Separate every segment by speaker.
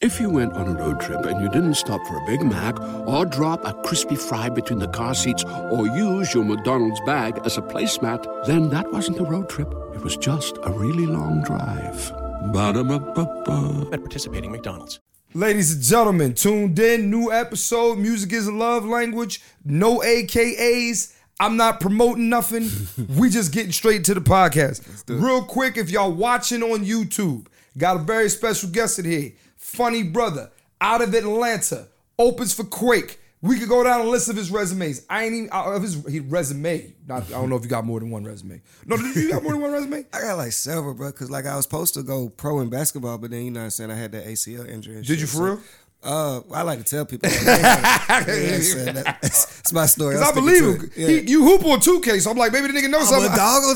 Speaker 1: If you went on a road trip and you didn't stop for a Big Mac or drop a crispy fry between the car seats or use your McDonald's bag as a placemat, then that wasn't a road trip. It was just a really long drive. Ba-da-ba-ba-ba.
Speaker 2: At participating McDonald's.
Speaker 3: Ladies and gentlemen, tuned in. New episode. Music is a love language. No AKAs. I'm not promoting nothing. we just getting straight to the podcast. Real quick, if y'all watching on YouTube, got a very special guest in here. Funny brother out of Atlanta, opens for Quake. We could go down a list of his resumes. I ain't even out of his he resume. Not, I don't know if you got more than one resume. No, do you got more than one resume?
Speaker 4: I got like several, bro. Cause like I was supposed to go pro in basketball, but then you know what I'm saying I had that ACL injury. and
Speaker 3: Did
Speaker 4: shit,
Speaker 3: you for
Speaker 4: so-
Speaker 3: real?
Speaker 4: Uh, I like to tell people. Yeah, so that- that's, that's my story.
Speaker 3: Because I
Speaker 4: I'll stick
Speaker 3: believe
Speaker 4: to
Speaker 3: him.
Speaker 4: it. Yeah.
Speaker 3: He, you hoop on 2K, so I'm like, maybe the nigga knows
Speaker 4: I'm
Speaker 3: something.
Speaker 4: a dog on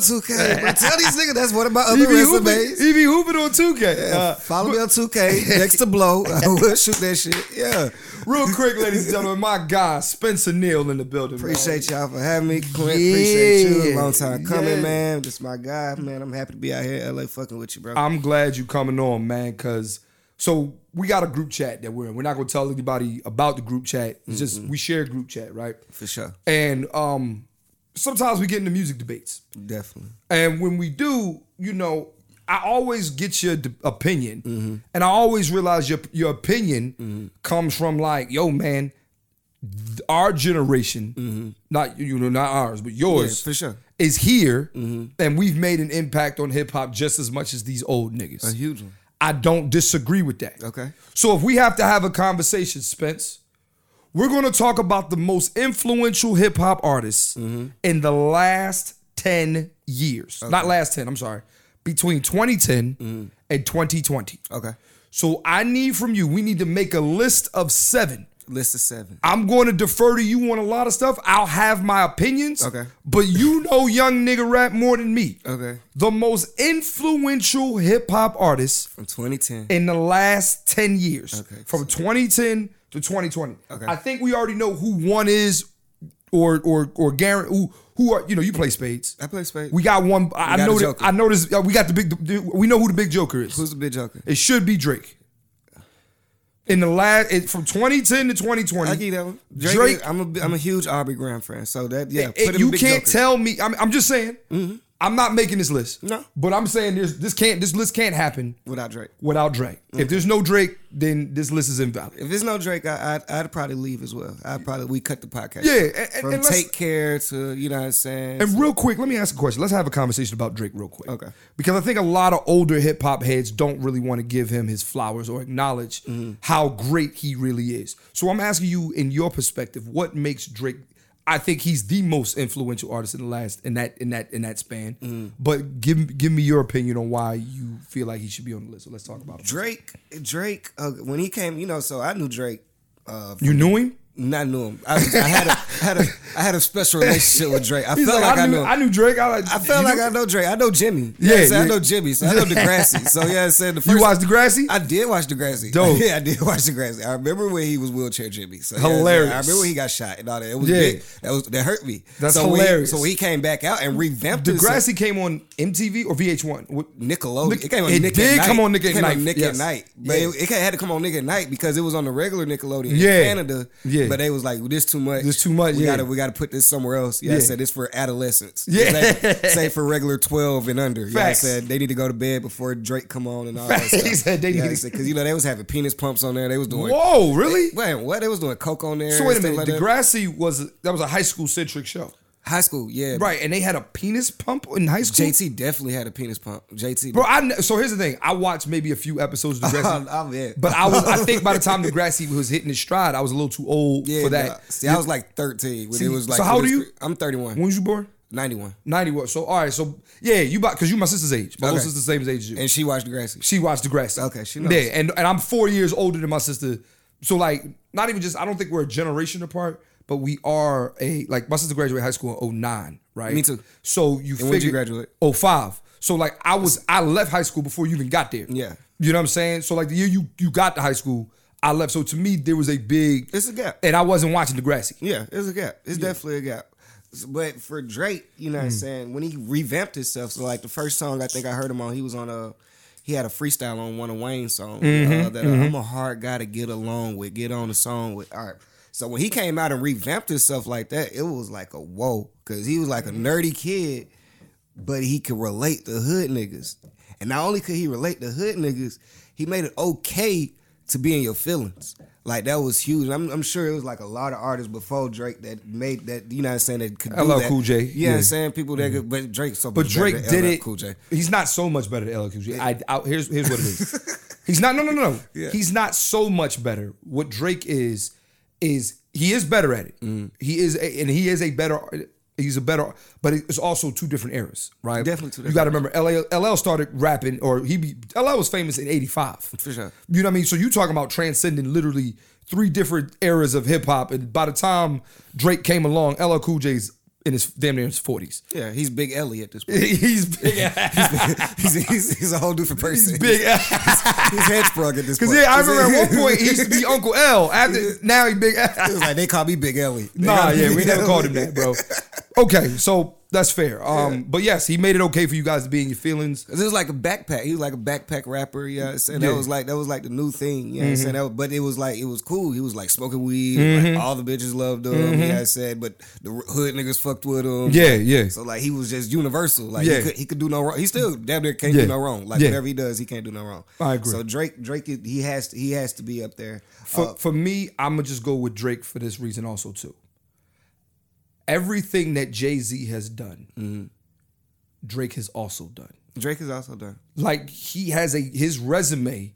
Speaker 4: 2K. Bro. Tell these niggas that's one of my
Speaker 3: He
Speaker 4: other
Speaker 3: be hooping,
Speaker 4: resumes.
Speaker 3: he be hooping on 2K.
Speaker 4: Yeah,
Speaker 3: Uh,
Speaker 4: follow me on 2K next to blow. I will shoot that shit. Yeah,
Speaker 3: real quick, ladies and gentlemen, my guy Spencer Neal in the building. man.
Speaker 4: appreciate y'all for having me, Clint. Appreciate you.
Speaker 3: Yeah.
Speaker 4: Long time coming,
Speaker 3: Yeah.
Speaker 4: man. This my guy, man. I'm happy to be out here, in LA, fucking with you, bro.
Speaker 3: I'm glad you coming on, man, because so we got a group chat that we're in. We're not gonna tell anybody about the group chat. It's just we share a group chat, right?
Speaker 4: for sure,
Speaker 3: And um sometimes we get into music debates.
Speaker 4: definitely.
Speaker 3: And when we do, you know, I always get your d- opinion,
Speaker 4: Mm-hmm.
Speaker 3: and I always realize your your opinion comes from like, yo, man, th- our generation, not you know, not ours, but yours,
Speaker 4: Mm-hmm. Yeah, for sure. Mm-hmm.
Speaker 3: is here, and we've made an impact on hip hop just as much as these old niggas.
Speaker 4: A huge one.
Speaker 3: I don't disagree with that.
Speaker 4: Okay.
Speaker 3: So if we have to have a conversation, Spence, we're going to talk about the most influential hip hop artists
Speaker 4: Mm-hmm.
Speaker 3: in the last 10 years. Not last 10, I'm sorry. Between 2010
Speaker 4: Mm-hmm.
Speaker 3: and 2020.
Speaker 4: Okay,
Speaker 3: So I need from you, we need to make a list of seven.
Speaker 4: list of seven.
Speaker 3: I'm going to defer to you on a lot of stuff. I'll have my opinions.
Speaker 4: Okay.
Speaker 3: But you know young nigga rap more than me.
Speaker 4: Okay,
Speaker 3: The most influential hip hop artists
Speaker 4: from 2010.
Speaker 3: in the last 10 years
Speaker 4: Okay.
Speaker 3: from 2010 to 2020
Speaker 4: Okay.
Speaker 3: i think we already know who one is or or or Garen, who who are you know you play spades
Speaker 4: I play spades.
Speaker 3: we got one i I
Speaker 4: got a
Speaker 3: know that,
Speaker 4: joker.
Speaker 3: i know this uh, we got the big the- we know who the big joker is
Speaker 4: Who's the big joker?
Speaker 3: it should be drake in the last it, from 2010 to
Speaker 4: I
Speaker 3: 2020
Speaker 4: give you that one.
Speaker 3: Drake-
Speaker 4: Drake, is- I'm a I'm a huge Aubrey Graham fan, so that yeah.
Speaker 3: it-
Speaker 4: put him
Speaker 3: you
Speaker 4: in Big
Speaker 3: can't
Speaker 4: Joker. Mm-hmm.
Speaker 3: tell me i'm, I'm just saying i'm not making this list
Speaker 4: No.
Speaker 3: but i'm saying there's this can't this list can't happen
Speaker 4: without Drake.
Speaker 3: without drake if there's no drake then this list is invalid
Speaker 4: If there's no Drake, I, I'd, I'd probably leave as well. I'd probably we cut the podcast.
Speaker 3: Yeah, and- and-
Speaker 4: from
Speaker 3: and let's-
Speaker 4: take care to you know what I'm saying.
Speaker 3: And real quick, let me ask a question. Let's have a conversation about Drake real quick.
Speaker 4: Okay.
Speaker 3: Because I think a lot of older hip hop heads don't really want to give him his flowers or acknowledge
Speaker 4: Mm-hmm.
Speaker 3: how great he really is. So I'm asking you in your perspective, what makes Drake I think he's the most influential artist in the last in that in that in that span.
Speaker 4: Mm-hmm.
Speaker 3: But give give me your opinion on why you feel like he should be on the list. So let's talk about him.
Speaker 4: Drake, Drake, uh, when he came, you know, so I knew Drake. Uh,
Speaker 3: You knew him?
Speaker 4: not knew him. I, was, I had a I had a I had a special relationship with Drake. I
Speaker 3: He's
Speaker 4: felt like, I,
Speaker 3: knew,
Speaker 4: knew. him.
Speaker 3: I knew Drake. I, like,
Speaker 4: I felt
Speaker 3: you
Speaker 4: like
Speaker 3: knew-
Speaker 4: I know Drake. I know Jimmy.
Speaker 3: Yeah,
Speaker 4: Yeah, yeah, I
Speaker 3: yeah.
Speaker 4: know Jimmy. So I know Degrassi. So yeah, I said the first
Speaker 3: You watched Degrassi?
Speaker 4: I did watch Degrassi.
Speaker 3: Dope.
Speaker 4: yeah, I did watch Degrassi. I remember when he was wheelchair Jimmy. So, yeah,
Speaker 3: Hilarious.
Speaker 4: I remember when he got shot and all that. It was
Speaker 3: Yeah.
Speaker 4: big. That was that hurt me.
Speaker 3: That's
Speaker 4: so when he-
Speaker 3: hilarious.
Speaker 4: so when he came back out and revamped
Speaker 3: Degrassi came on MTV or VH1. What-
Speaker 4: Nickelodeon.
Speaker 3: Nick-
Speaker 4: it came on
Speaker 3: it
Speaker 4: Nick
Speaker 3: did
Speaker 4: at night.
Speaker 3: come on Nick at
Speaker 4: It came
Speaker 3: Night,
Speaker 4: Nick
Speaker 3: yes.
Speaker 4: at night. But
Speaker 3: Yeah.
Speaker 4: it, it had to come on Nick at night because it was on the regular Nickelodeon
Speaker 3: Yeah.
Speaker 4: in Canada.
Speaker 3: Yeah.
Speaker 4: But they was like, this too much.
Speaker 3: This too much,
Speaker 4: We
Speaker 3: yeah.
Speaker 4: gotta we gotta put this somewhere else. Yeah.
Speaker 3: Yeah.
Speaker 4: I said this for adolescents.
Speaker 3: Yeah.
Speaker 4: Say, say for regular twelve and under. Yeah. I
Speaker 3: Facts.
Speaker 4: said they need to go to bed before Drake come on and all
Speaker 3: Facts.
Speaker 4: that
Speaker 3: He
Speaker 4: stuff.
Speaker 3: said they
Speaker 4: yeah,
Speaker 3: need
Speaker 4: I
Speaker 3: to-
Speaker 4: said, Cause you know they was having penis pumps on there. They was doing
Speaker 3: Whoa, really?
Speaker 4: Wait, what? They was doing coke on there.
Speaker 3: So wait a
Speaker 4: and stuff
Speaker 3: minute.
Speaker 4: like that.
Speaker 3: Degrassi was that was a high school centric show,
Speaker 4: High school, yeah.
Speaker 3: right? And they had a penis pump in high school.
Speaker 4: JT definitely had a penis pump. JT
Speaker 3: Bro, I kn- so here's the thing. I watched maybe a few episodes of Degrassi,
Speaker 4: I'm in.
Speaker 3: but I was I think by the time Degrassi was hitting his stride, I was a little too old
Speaker 4: Yeah,
Speaker 3: for
Speaker 4: nah.
Speaker 3: that.
Speaker 4: See, I was like 13 when
Speaker 3: See,
Speaker 4: it was
Speaker 3: so
Speaker 4: like.
Speaker 3: how
Speaker 4: when
Speaker 3: old
Speaker 4: it
Speaker 3: are
Speaker 4: was-
Speaker 3: you?
Speaker 4: I'm 31,
Speaker 3: When was you born?
Speaker 4: 91,
Speaker 3: Ninety one. So all right. So yeah, you about because you my sister's age. My little
Speaker 4: Okay.
Speaker 3: sister's the same age as you.
Speaker 4: and she watched Degrassi.
Speaker 3: she watched Degrassi.
Speaker 4: Okay, she knows.
Speaker 3: Yeah, and and I'm four years older than my sister. So like, not even just I don't think we're a generation apart, but we are a like my sister graduated high school in 09, right?
Speaker 4: Me too.
Speaker 3: So you
Speaker 4: when'd you graduate?
Speaker 3: Oh five. So like I was I left high school before you even got there.
Speaker 4: Yeah.
Speaker 3: You know what I'm saying? So like the year you you got to high school, I left. So to me there was a big
Speaker 4: It's a gap.
Speaker 3: and I wasn't watching Degrassi.
Speaker 4: Yeah, it's a gap. It's definitely a gap. S- But for Drake, you know what I'm saying? When he revamped himself, so like the first song I think I heard him on, he was on a. he had a freestyle on one of Wayne's songs uh, that uh, I'm a hard guy to get along with, get on the song with. All right. So when he came out and revamped himself like that, it was like a whoa, because he was like a nerdy kid, but he could relate to hood niggas. And not only could he relate to hood niggas, he made it okay to be in your feelings. Like that was huge. And I'm, I'm sure it was like a lot of artists before Drake that made that. You know what I'm saying? That could do
Speaker 3: LL
Speaker 4: that.
Speaker 3: Cool J,
Speaker 4: You know what
Speaker 3: yeah. Mm-hmm.
Speaker 4: I'm saying? People that could, but Drake. So
Speaker 3: But
Speaker 4: much
Speaker 3: Drake
Speaker 4: better than
Speaker 3: did
Speaker 4: LL
Speaker 3: it.
Speaker 4: Cool J.
Speaker 3: He's not so much better than LL Cool J. I, I, here's here's what it is. he's not. No, no, no, no.
Speaker 4: Yeah.
Speaker 3: He's not so much better. What Drake is is he is better at it.
Speaker 4: Mm.
Speaker 3: He is, a, and he is a better. He's a better, but it's also two different eras, right?
Speaker 4: Definitely two
Speaker 3: You got to remember, LL, LL started rapping, or he be, LL was famous in '85.
Speaker 4: For sure.
Speaker 3: You know what I mean? So you talking about transcending literally three different eras of hip hop, and by the time Drake came along, LL Cool J's in his damn near his 40s.
Speaker 4: Yeah, he's Big Ellie at this point.
Speaker 3: He's big.
Speaker 4: he's, he's, he's a whole different person.
Speaker 3: He's big.
Speaker 4: His head sprung at this point.
Speaker 3: Because yeah, I remember at one point he used to be Uncle L. After now he big.
Speaker 4: It was like they call me Big E. Ellie. They
Speaker 3: nah,
Speaker 4: call me
Speaker 3: yeah, we
Speaker 4: Big
Speaker 3: never
Speaker 4: Ellie.
Speaker 3: called him that, bro. Okay, so that's fair. Um, but yes, he made it okay for you guys to be in your feelings.
Speaker 4: It was like a backpack. He was like a backpack rapper. You know what I'm saying?
Speaker 3: Yeah. Mm-hmm.
Speaker 4: That was like that was like the new thing. You know what I'm saying? That was- but it was like it was cool. He was like smoking weed. Like all the bitches loved him. You know what I'm saying? But the hood niggas fucked with him.
Speaker 3: Mm-hmm. Yeah, yeah.
Speaker 4: So like he was just universal. Like
Speaker 3: Yeah.
Speaker 4: he, could, he could do no wrong. He still damn near can't
Speaker 3: Yeah.
Speaker 4: do no wrong. Like
Speaker 3: Yeah.
Speaker 4: whatever he does, he can't do no wrong.
Speaker 3: I agree.
Speaker 4: So Drake, Drake, he has to, he has to be up there.
Speaker 3: For for me, I'm gonna just go with Drake for this reason also too. Everything that Jay Z has done, Drake has also done.
Speaker 4: Drake is also done.
Speaker 3: Like he has a his resume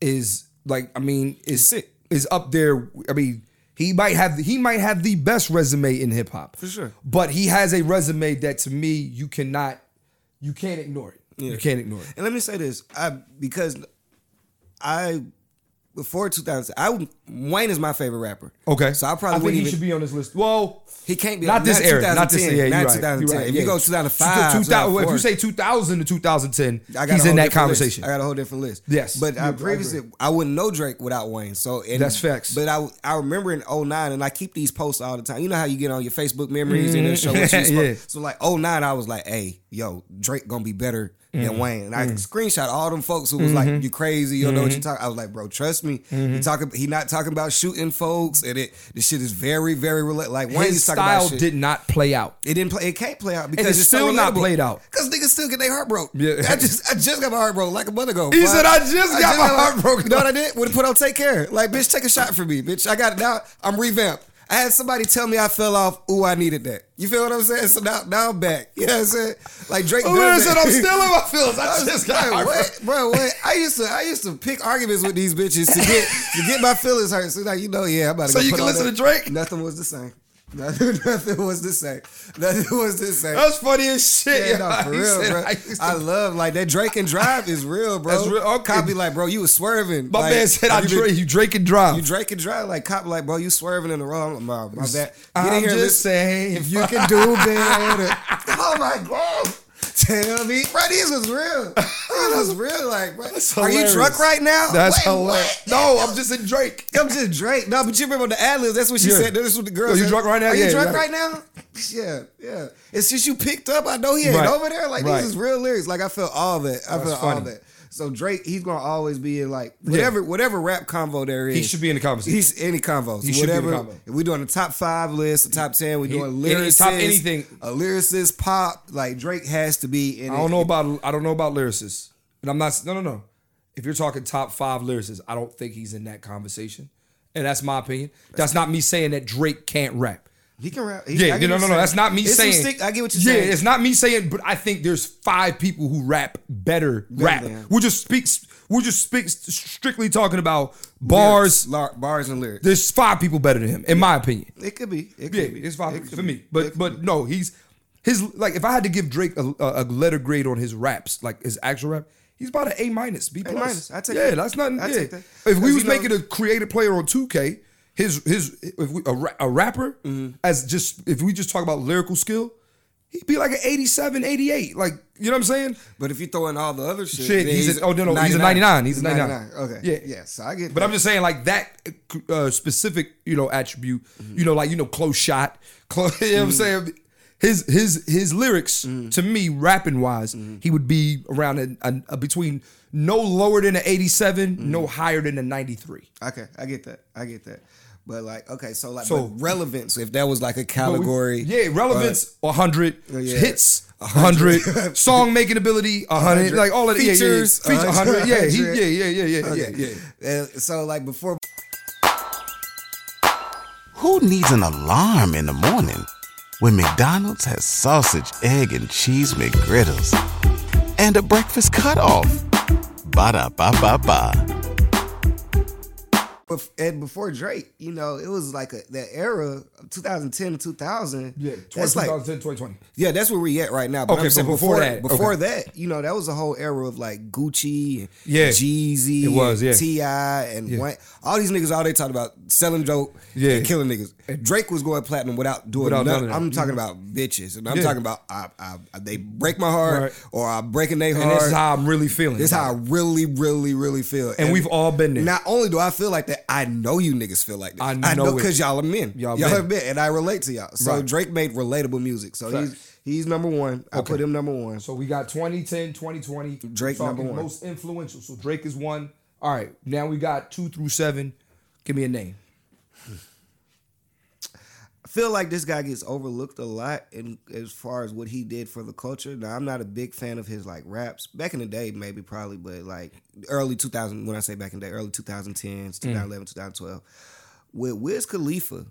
Speaker 3: is like I mean is
Speaker 4: Sick.
Speaker 3: is up there. I mean he might have he might have the best resume in hip hop for
Speaker 4: sure.
Speaker 3: But he has a resume that to me you cannot you can't ignore it. You can't ignore it.
Speaker 4: And let me say this, I because I before 2000, I Wayne is my favorite rapper.
Speaker 3: Okay,
Speaker 4: so I
Speaker 3: I
Speaker 4: probably
Speaker 3: think
Speaker 4: wouldn't
Speaker 3: he
Speaker 4: even,
Speaker 3: should be on this list. Well,
Speaker 4: He can't be
Speaker 3: not this era, not this
Speaker 4: 2010,
Speaker 3: era. Yeah,
Speaker 4: not
Speaker 3: you're right.
Speaker 4: 2010.
Speaker 3: You're right,
Speaker 4: If
Speaker 3: yeah.
Speaker 4: you go 2005,
Speaker 3: To- to- if
Speaker 4: 2004,
Speaker 3: you say 2000 to 2010,
Speaker 4: I got a
Speaker 3: he's
Speaker 4: whole
Speaker 3: in that
Speaker 4: different
Speaker 3: conversation.
Speaker 4: list. I got a whole different list.
Speaker 3: Yes.
Speaker 4: but
Speaker 3: Yeah, I
Speaker 4: I previously I wouldn't know Drake without Wayne. So and,
Speaker 3: That's facts.
Speaker 4: But I I remember in 09, and I keep these posts all the time. You know how you get on your Facebook memories and it'll show what you
Speaker 3: Mm-hmm. Yeah.
Speaker 4: yeah. So like 09, I was like, hey, yo, Drake gonna be better
Speaker 3: Mm-hmm.
Speaker 4: than Wayne. And I screenshot all them folks who was like, you crazy, you don't know what you
Speaker 3: Mm-hmm.
Speaker 4: talking. I was like, bro, trust me. He talking he not talking about shooting folks, and it this shit is very very rela- like Wayne's
Speaker 3: His
Speaker 4: talking about
Speaker 3: style
Speaker 4: shit.
Speaker 3: did not play out.
Speaker 4: It didn't play. It can't play out because
Speaker 3: it's still not played out.
Speaker 4: Because niggas still get their heart broke.
Speaker 3: Yeah.
Speaker 4: I just I just got my heart broke like a month ago.
Speaker 3: He
Speaker 4: Why?
Speaker 3: said, "I just got my heart broke."
Speaker 4: You know what I did? Would have put on take care. Like bitch, take a shot for me, bitch. I got it now. I'm revamped. I had somebody tell me I fell off. Ooh, I needed that. You feel what I'm saying? So now, now I'm back. You know what I'm saying? Like Drake.
Speaker 3: Who
Speaker 4: does
Speaker 3: is it?
Speaker 4: that.
Speaker 3: I'm still in my feelings. I
Speaker 4: I was
Speaker 3: just
Speaker 4: just
Speaker 3: got hard.
Speaker 4: like, what, bro? What? I used to, I used to pick arguments with these bitches to get to get my feelings hurt. So now you know, yeah, I'm about to.
Speaker 3: So
Speaker 4: go
Speaker 3: you
Speaker 4: put
Speaker 3: can
Speaker 4: on
Speaker 3: listen
Speaker 4: that.
Speaker 3: to Drake?
Speaker 4: Nothing was the same. Nothing, nothing was the same. Nothing was the same.
Speaker 3: That's funny as shit.
Speaker 4: Yeah,
Speaker 3: yo.
Speaker 4: no, for
Speaker 3: He
Speaker 4: real,
Speaker 3: said,
Speaker 4: bro.
Speaker 3: I used to-
Speaker 4: I love like that Drake and Drive is real, bro.
Speaker 3: That's real, okay.
Speaker 4: Cop be like, bro, you was swerving.
Speaker 3: my
Speaker 4: like,
Speaker 3: man said, "I
Speaker 4: you been-
Speaker 3: drink, you drink and drive."
Speaker 4: You Drake and Drive like cop like, bro, you swerving in the wrong. I'm like, My bad. Get
Speaker 3: I'm
Speaker 4: in here,
Speaker 3: just
Speaker 4: listen-
Speaker 3: saying,
Speaker 4: if you can do better. oh my god. Tell me, bro, these was real. These was real. Like, bro, are you
Speaker 3: hilarious.
Speaker 4: drunk right now?
Speaker 3: That's
Speaker 4: Wait,
Speaker 3: hilarious.
Speaker 4: what?
Speaker 3: No, I'm just in Drake.
Speaker 4: I'm just Drake. No, but you remember the ad libs. That's what she
Speaker 3: Yeah.
Speaker 4: said. That's what the girl
Speaker 3: Oh, you
Speaker 4: said.
Speaker 3: drunk right now?
Speaker 4: Are
Speaker 3: Yeah,
Speaker 4: you drunk
Speaker 3: right.
Speaker 4: right now? Yeah, yeah. And since you picked up, I know he ain't
Speaker 3: Right.
Speaker 4: over there. Like
Speaker 3: Right.
Speaker 4: these is real lyrics. Like I feel all that. I feel all
Speaker 3: funny.
Speaker 4: that. So Drake, he's gonna always be in like whatever whatever rap convo there is.
Speaker 3: He should be in the conversation.
Speaker 4: He's any convo.
Speaker 3: He should be in the
Speaker 4: whatever.
Speaker 3: convo.
Speaker 4: If we're doing a top five list, a top ten, we're doing
Speaker 3: any-
Speaker 4: lyricist,
Speaker 3: top anything.
Speaker 4: a lyricist pop. Like Drake has to be in.
Speaker 3: I
Speaker 4: it.
Speaker 3: don't know about I don't know about lyricists, and I'm not. No, no, no. If you're talking top five lyricists, I don't think he's in that conversation, and that's my opinion. That's not me saying that Drake can't rap.
Speaker 4: He can rap. He- I
Speaker 3: Yeah,
Speaker 4: get
Speaker 3: no, no, no,
Speaker 4: what you're
Speaker 3: no.
Speaker 4: saying.
Speaker 3: That's not me
Speaker 4: It's some
Speaker 3: saying.
Speaker 4: stick- I get what you're
Speaker 3: yeah,
Speaker 4: saying.
Speaker 3: it's not me saying. But I think there's five people who rap better. rap.
Speaker 4: than him.
Speaker 3: We're just speaks. We're just speaks strictly talking about bars.
Speaker 4: Lar- bars and lyrics.
Speaker 3: There's five people better than him, in my opinion.
Speaker 4: It could be. It could
Speaker 3: Yeah,
Speaker 4: be.
Speaker 3: it's five
Speaker 4: It could
Speaker 3: for
Speaker 4: be.
Speaker 3: me. But but no, he's his like if I had to give Drake a, a a letter grade on his raps, like his actual rap, he's about an A minus, B plus.
Speaker 4: minus, I take
Speaker 3: yeah,
Speaker 4: that.
Speaker 3: that's nothing.
Speaker 4: I
Speaker 3: yeah.
Speaker 4: take that.
Speaker 3: If
Speaker 4: 'Cause
Speaker 3: we
Speaker 4: you
Speaker 3: was
Speaker 4: know-
Speaker 3: making a creative player on 2K, his his if we, a, ra- a rapper
Speaker 4: Mm-hmm.
Speaker 3: as just if we just talk about lyrical skill, he'd be like an 87, 88. Like you know what I'm saying?
Speaker 4: But if you throw in all the other shit,
Speaker 3: Shit,
Speaker 4: then
Speaker 3: he's, a, oh no no, he's a 99. He's a 99.
Speaker 4: Okay.
Speaker 3: yeah,
Speaker 4: Yeah. Yeah. So I get.
Speaker 3: But
Speaker 4: that.
Speaker 3: I'm just saying, like that
Speaker 4: Mm-hmm.
Speaker 3: uh, specific, you know, attribute, you know, like you know, close shot, close, you know, what I'm saying his his his lyrics to me, rapping wise,
Speaker 4: Mm-hmm.
Speaker 3: he would be around a, a- a between no lower than an 87, no
Speaker 4: Mm-hmm.
Speaker 3: higher than a 93.
Speaker 4: Okay, I get that. I get that. But like, okay, so like,
Speaker 3: So-
Speaker 4: but relevance. If that was like a
Speaker 3: But we-
Speaker 4: category,
Speaker 3: yeah, relevance 100,
Speaker 4: Oh, yeah.
Speaker 3: hits 100, song making ability 100,
Speaker 4: 100,
Speaker 3: like all of the
Speaker 4: features,
Speaker 3: yeah, yeah, yeah. Feature 100. Yeah, he,
Speaker 4: 100.
Speaker 3: yeah, yeah, yeah, yeah,
Speaker 4: uh,
Speaker 3: yeah, yeah.
Speaker 4: Uh, so like before,
Speaker 2: Who needs an alarm in the morning when McDonald's has sausage, egg, and cheese McGriddles and a breakfast cutoff? Ba da ba ba ba.
Speaker 4: bef- and before Drake, you know, it was like a, that era, of 2010 to 2000.
Speaker 3: Yeah,
Speaker 4: that's like
Speaker 3: 2010, 2020.
Speaker 4: Yeah, that's where we at right now. But
Speaker 3: Okay,
Speaker 4: I'm saying
Speaker 3: but before
Speaker 4: before,
Speaker 3: that,
Speaker 4: that,
Speaker 3: okay.
Speaker 4: before that, you know, that was a whole era of like Gucci, and
Speaker 3: Yeah.
Speaker 4: Jeezy,
Speaker 3: It was, yeah.
Speaker 4: and Ti, and Wayne. all these niggas. All they talked about selling dope,
Speaker 3: Yeah.
Speaker 4: and killing niggas. Drake was going platinum without doing.
Speaker 3: Without
Speaker 4: nothing.
Speaker 3: none of that. Mm-hmm.
Speaker 4: I'm talking about bitches, and I'm
Speaker 3: Yeah.
Speaker 4: talking about I, I, I- they break my heart,
Speaker 3: Right.
Speaker 4: or I'm breaking their
Speaker 3: And
Speaker 4: heart.
Speaker 3: this is how I'm really feeling.
Speaker 4: This is how I really, really, really feel.
Speaker 3: And we've all been there.
Speaker 4: Not only do I feel like that, I know you niggas feel like that.
Speaker 3: I
Speaker 4: I know
Speaker 3: know it.
Speaker 4: because y'all are men.
Speaker 3: Y'all
Speaker 4: Y'all,
Speaker 3: men.
Speaker 4: are men, and I relate to y'all. So
Speaker 3: Right.
Speaker 4: Drake made relatable music. So he's he's number one. I put him number one.
Speaker 3: So we got 2010, 2020.
Speaker 4: Drake
Speaker 3: Talking
Speaker 4: number one.
Speaker 3: Most influential. So Drake is one. All right. Now we got two through seven. Give me a name.
Speaker 4: I feel like this guy gets overlooked a lot in as far as what he did for the culture. Now I'm not a big fan of his like raps. Back in the day, maybe probably, but like early 2000. When I say back in the day, early
Speaker 3: Mm.
Speaker 4: 2010s, 2011, 2012. With Wiz Khalifa,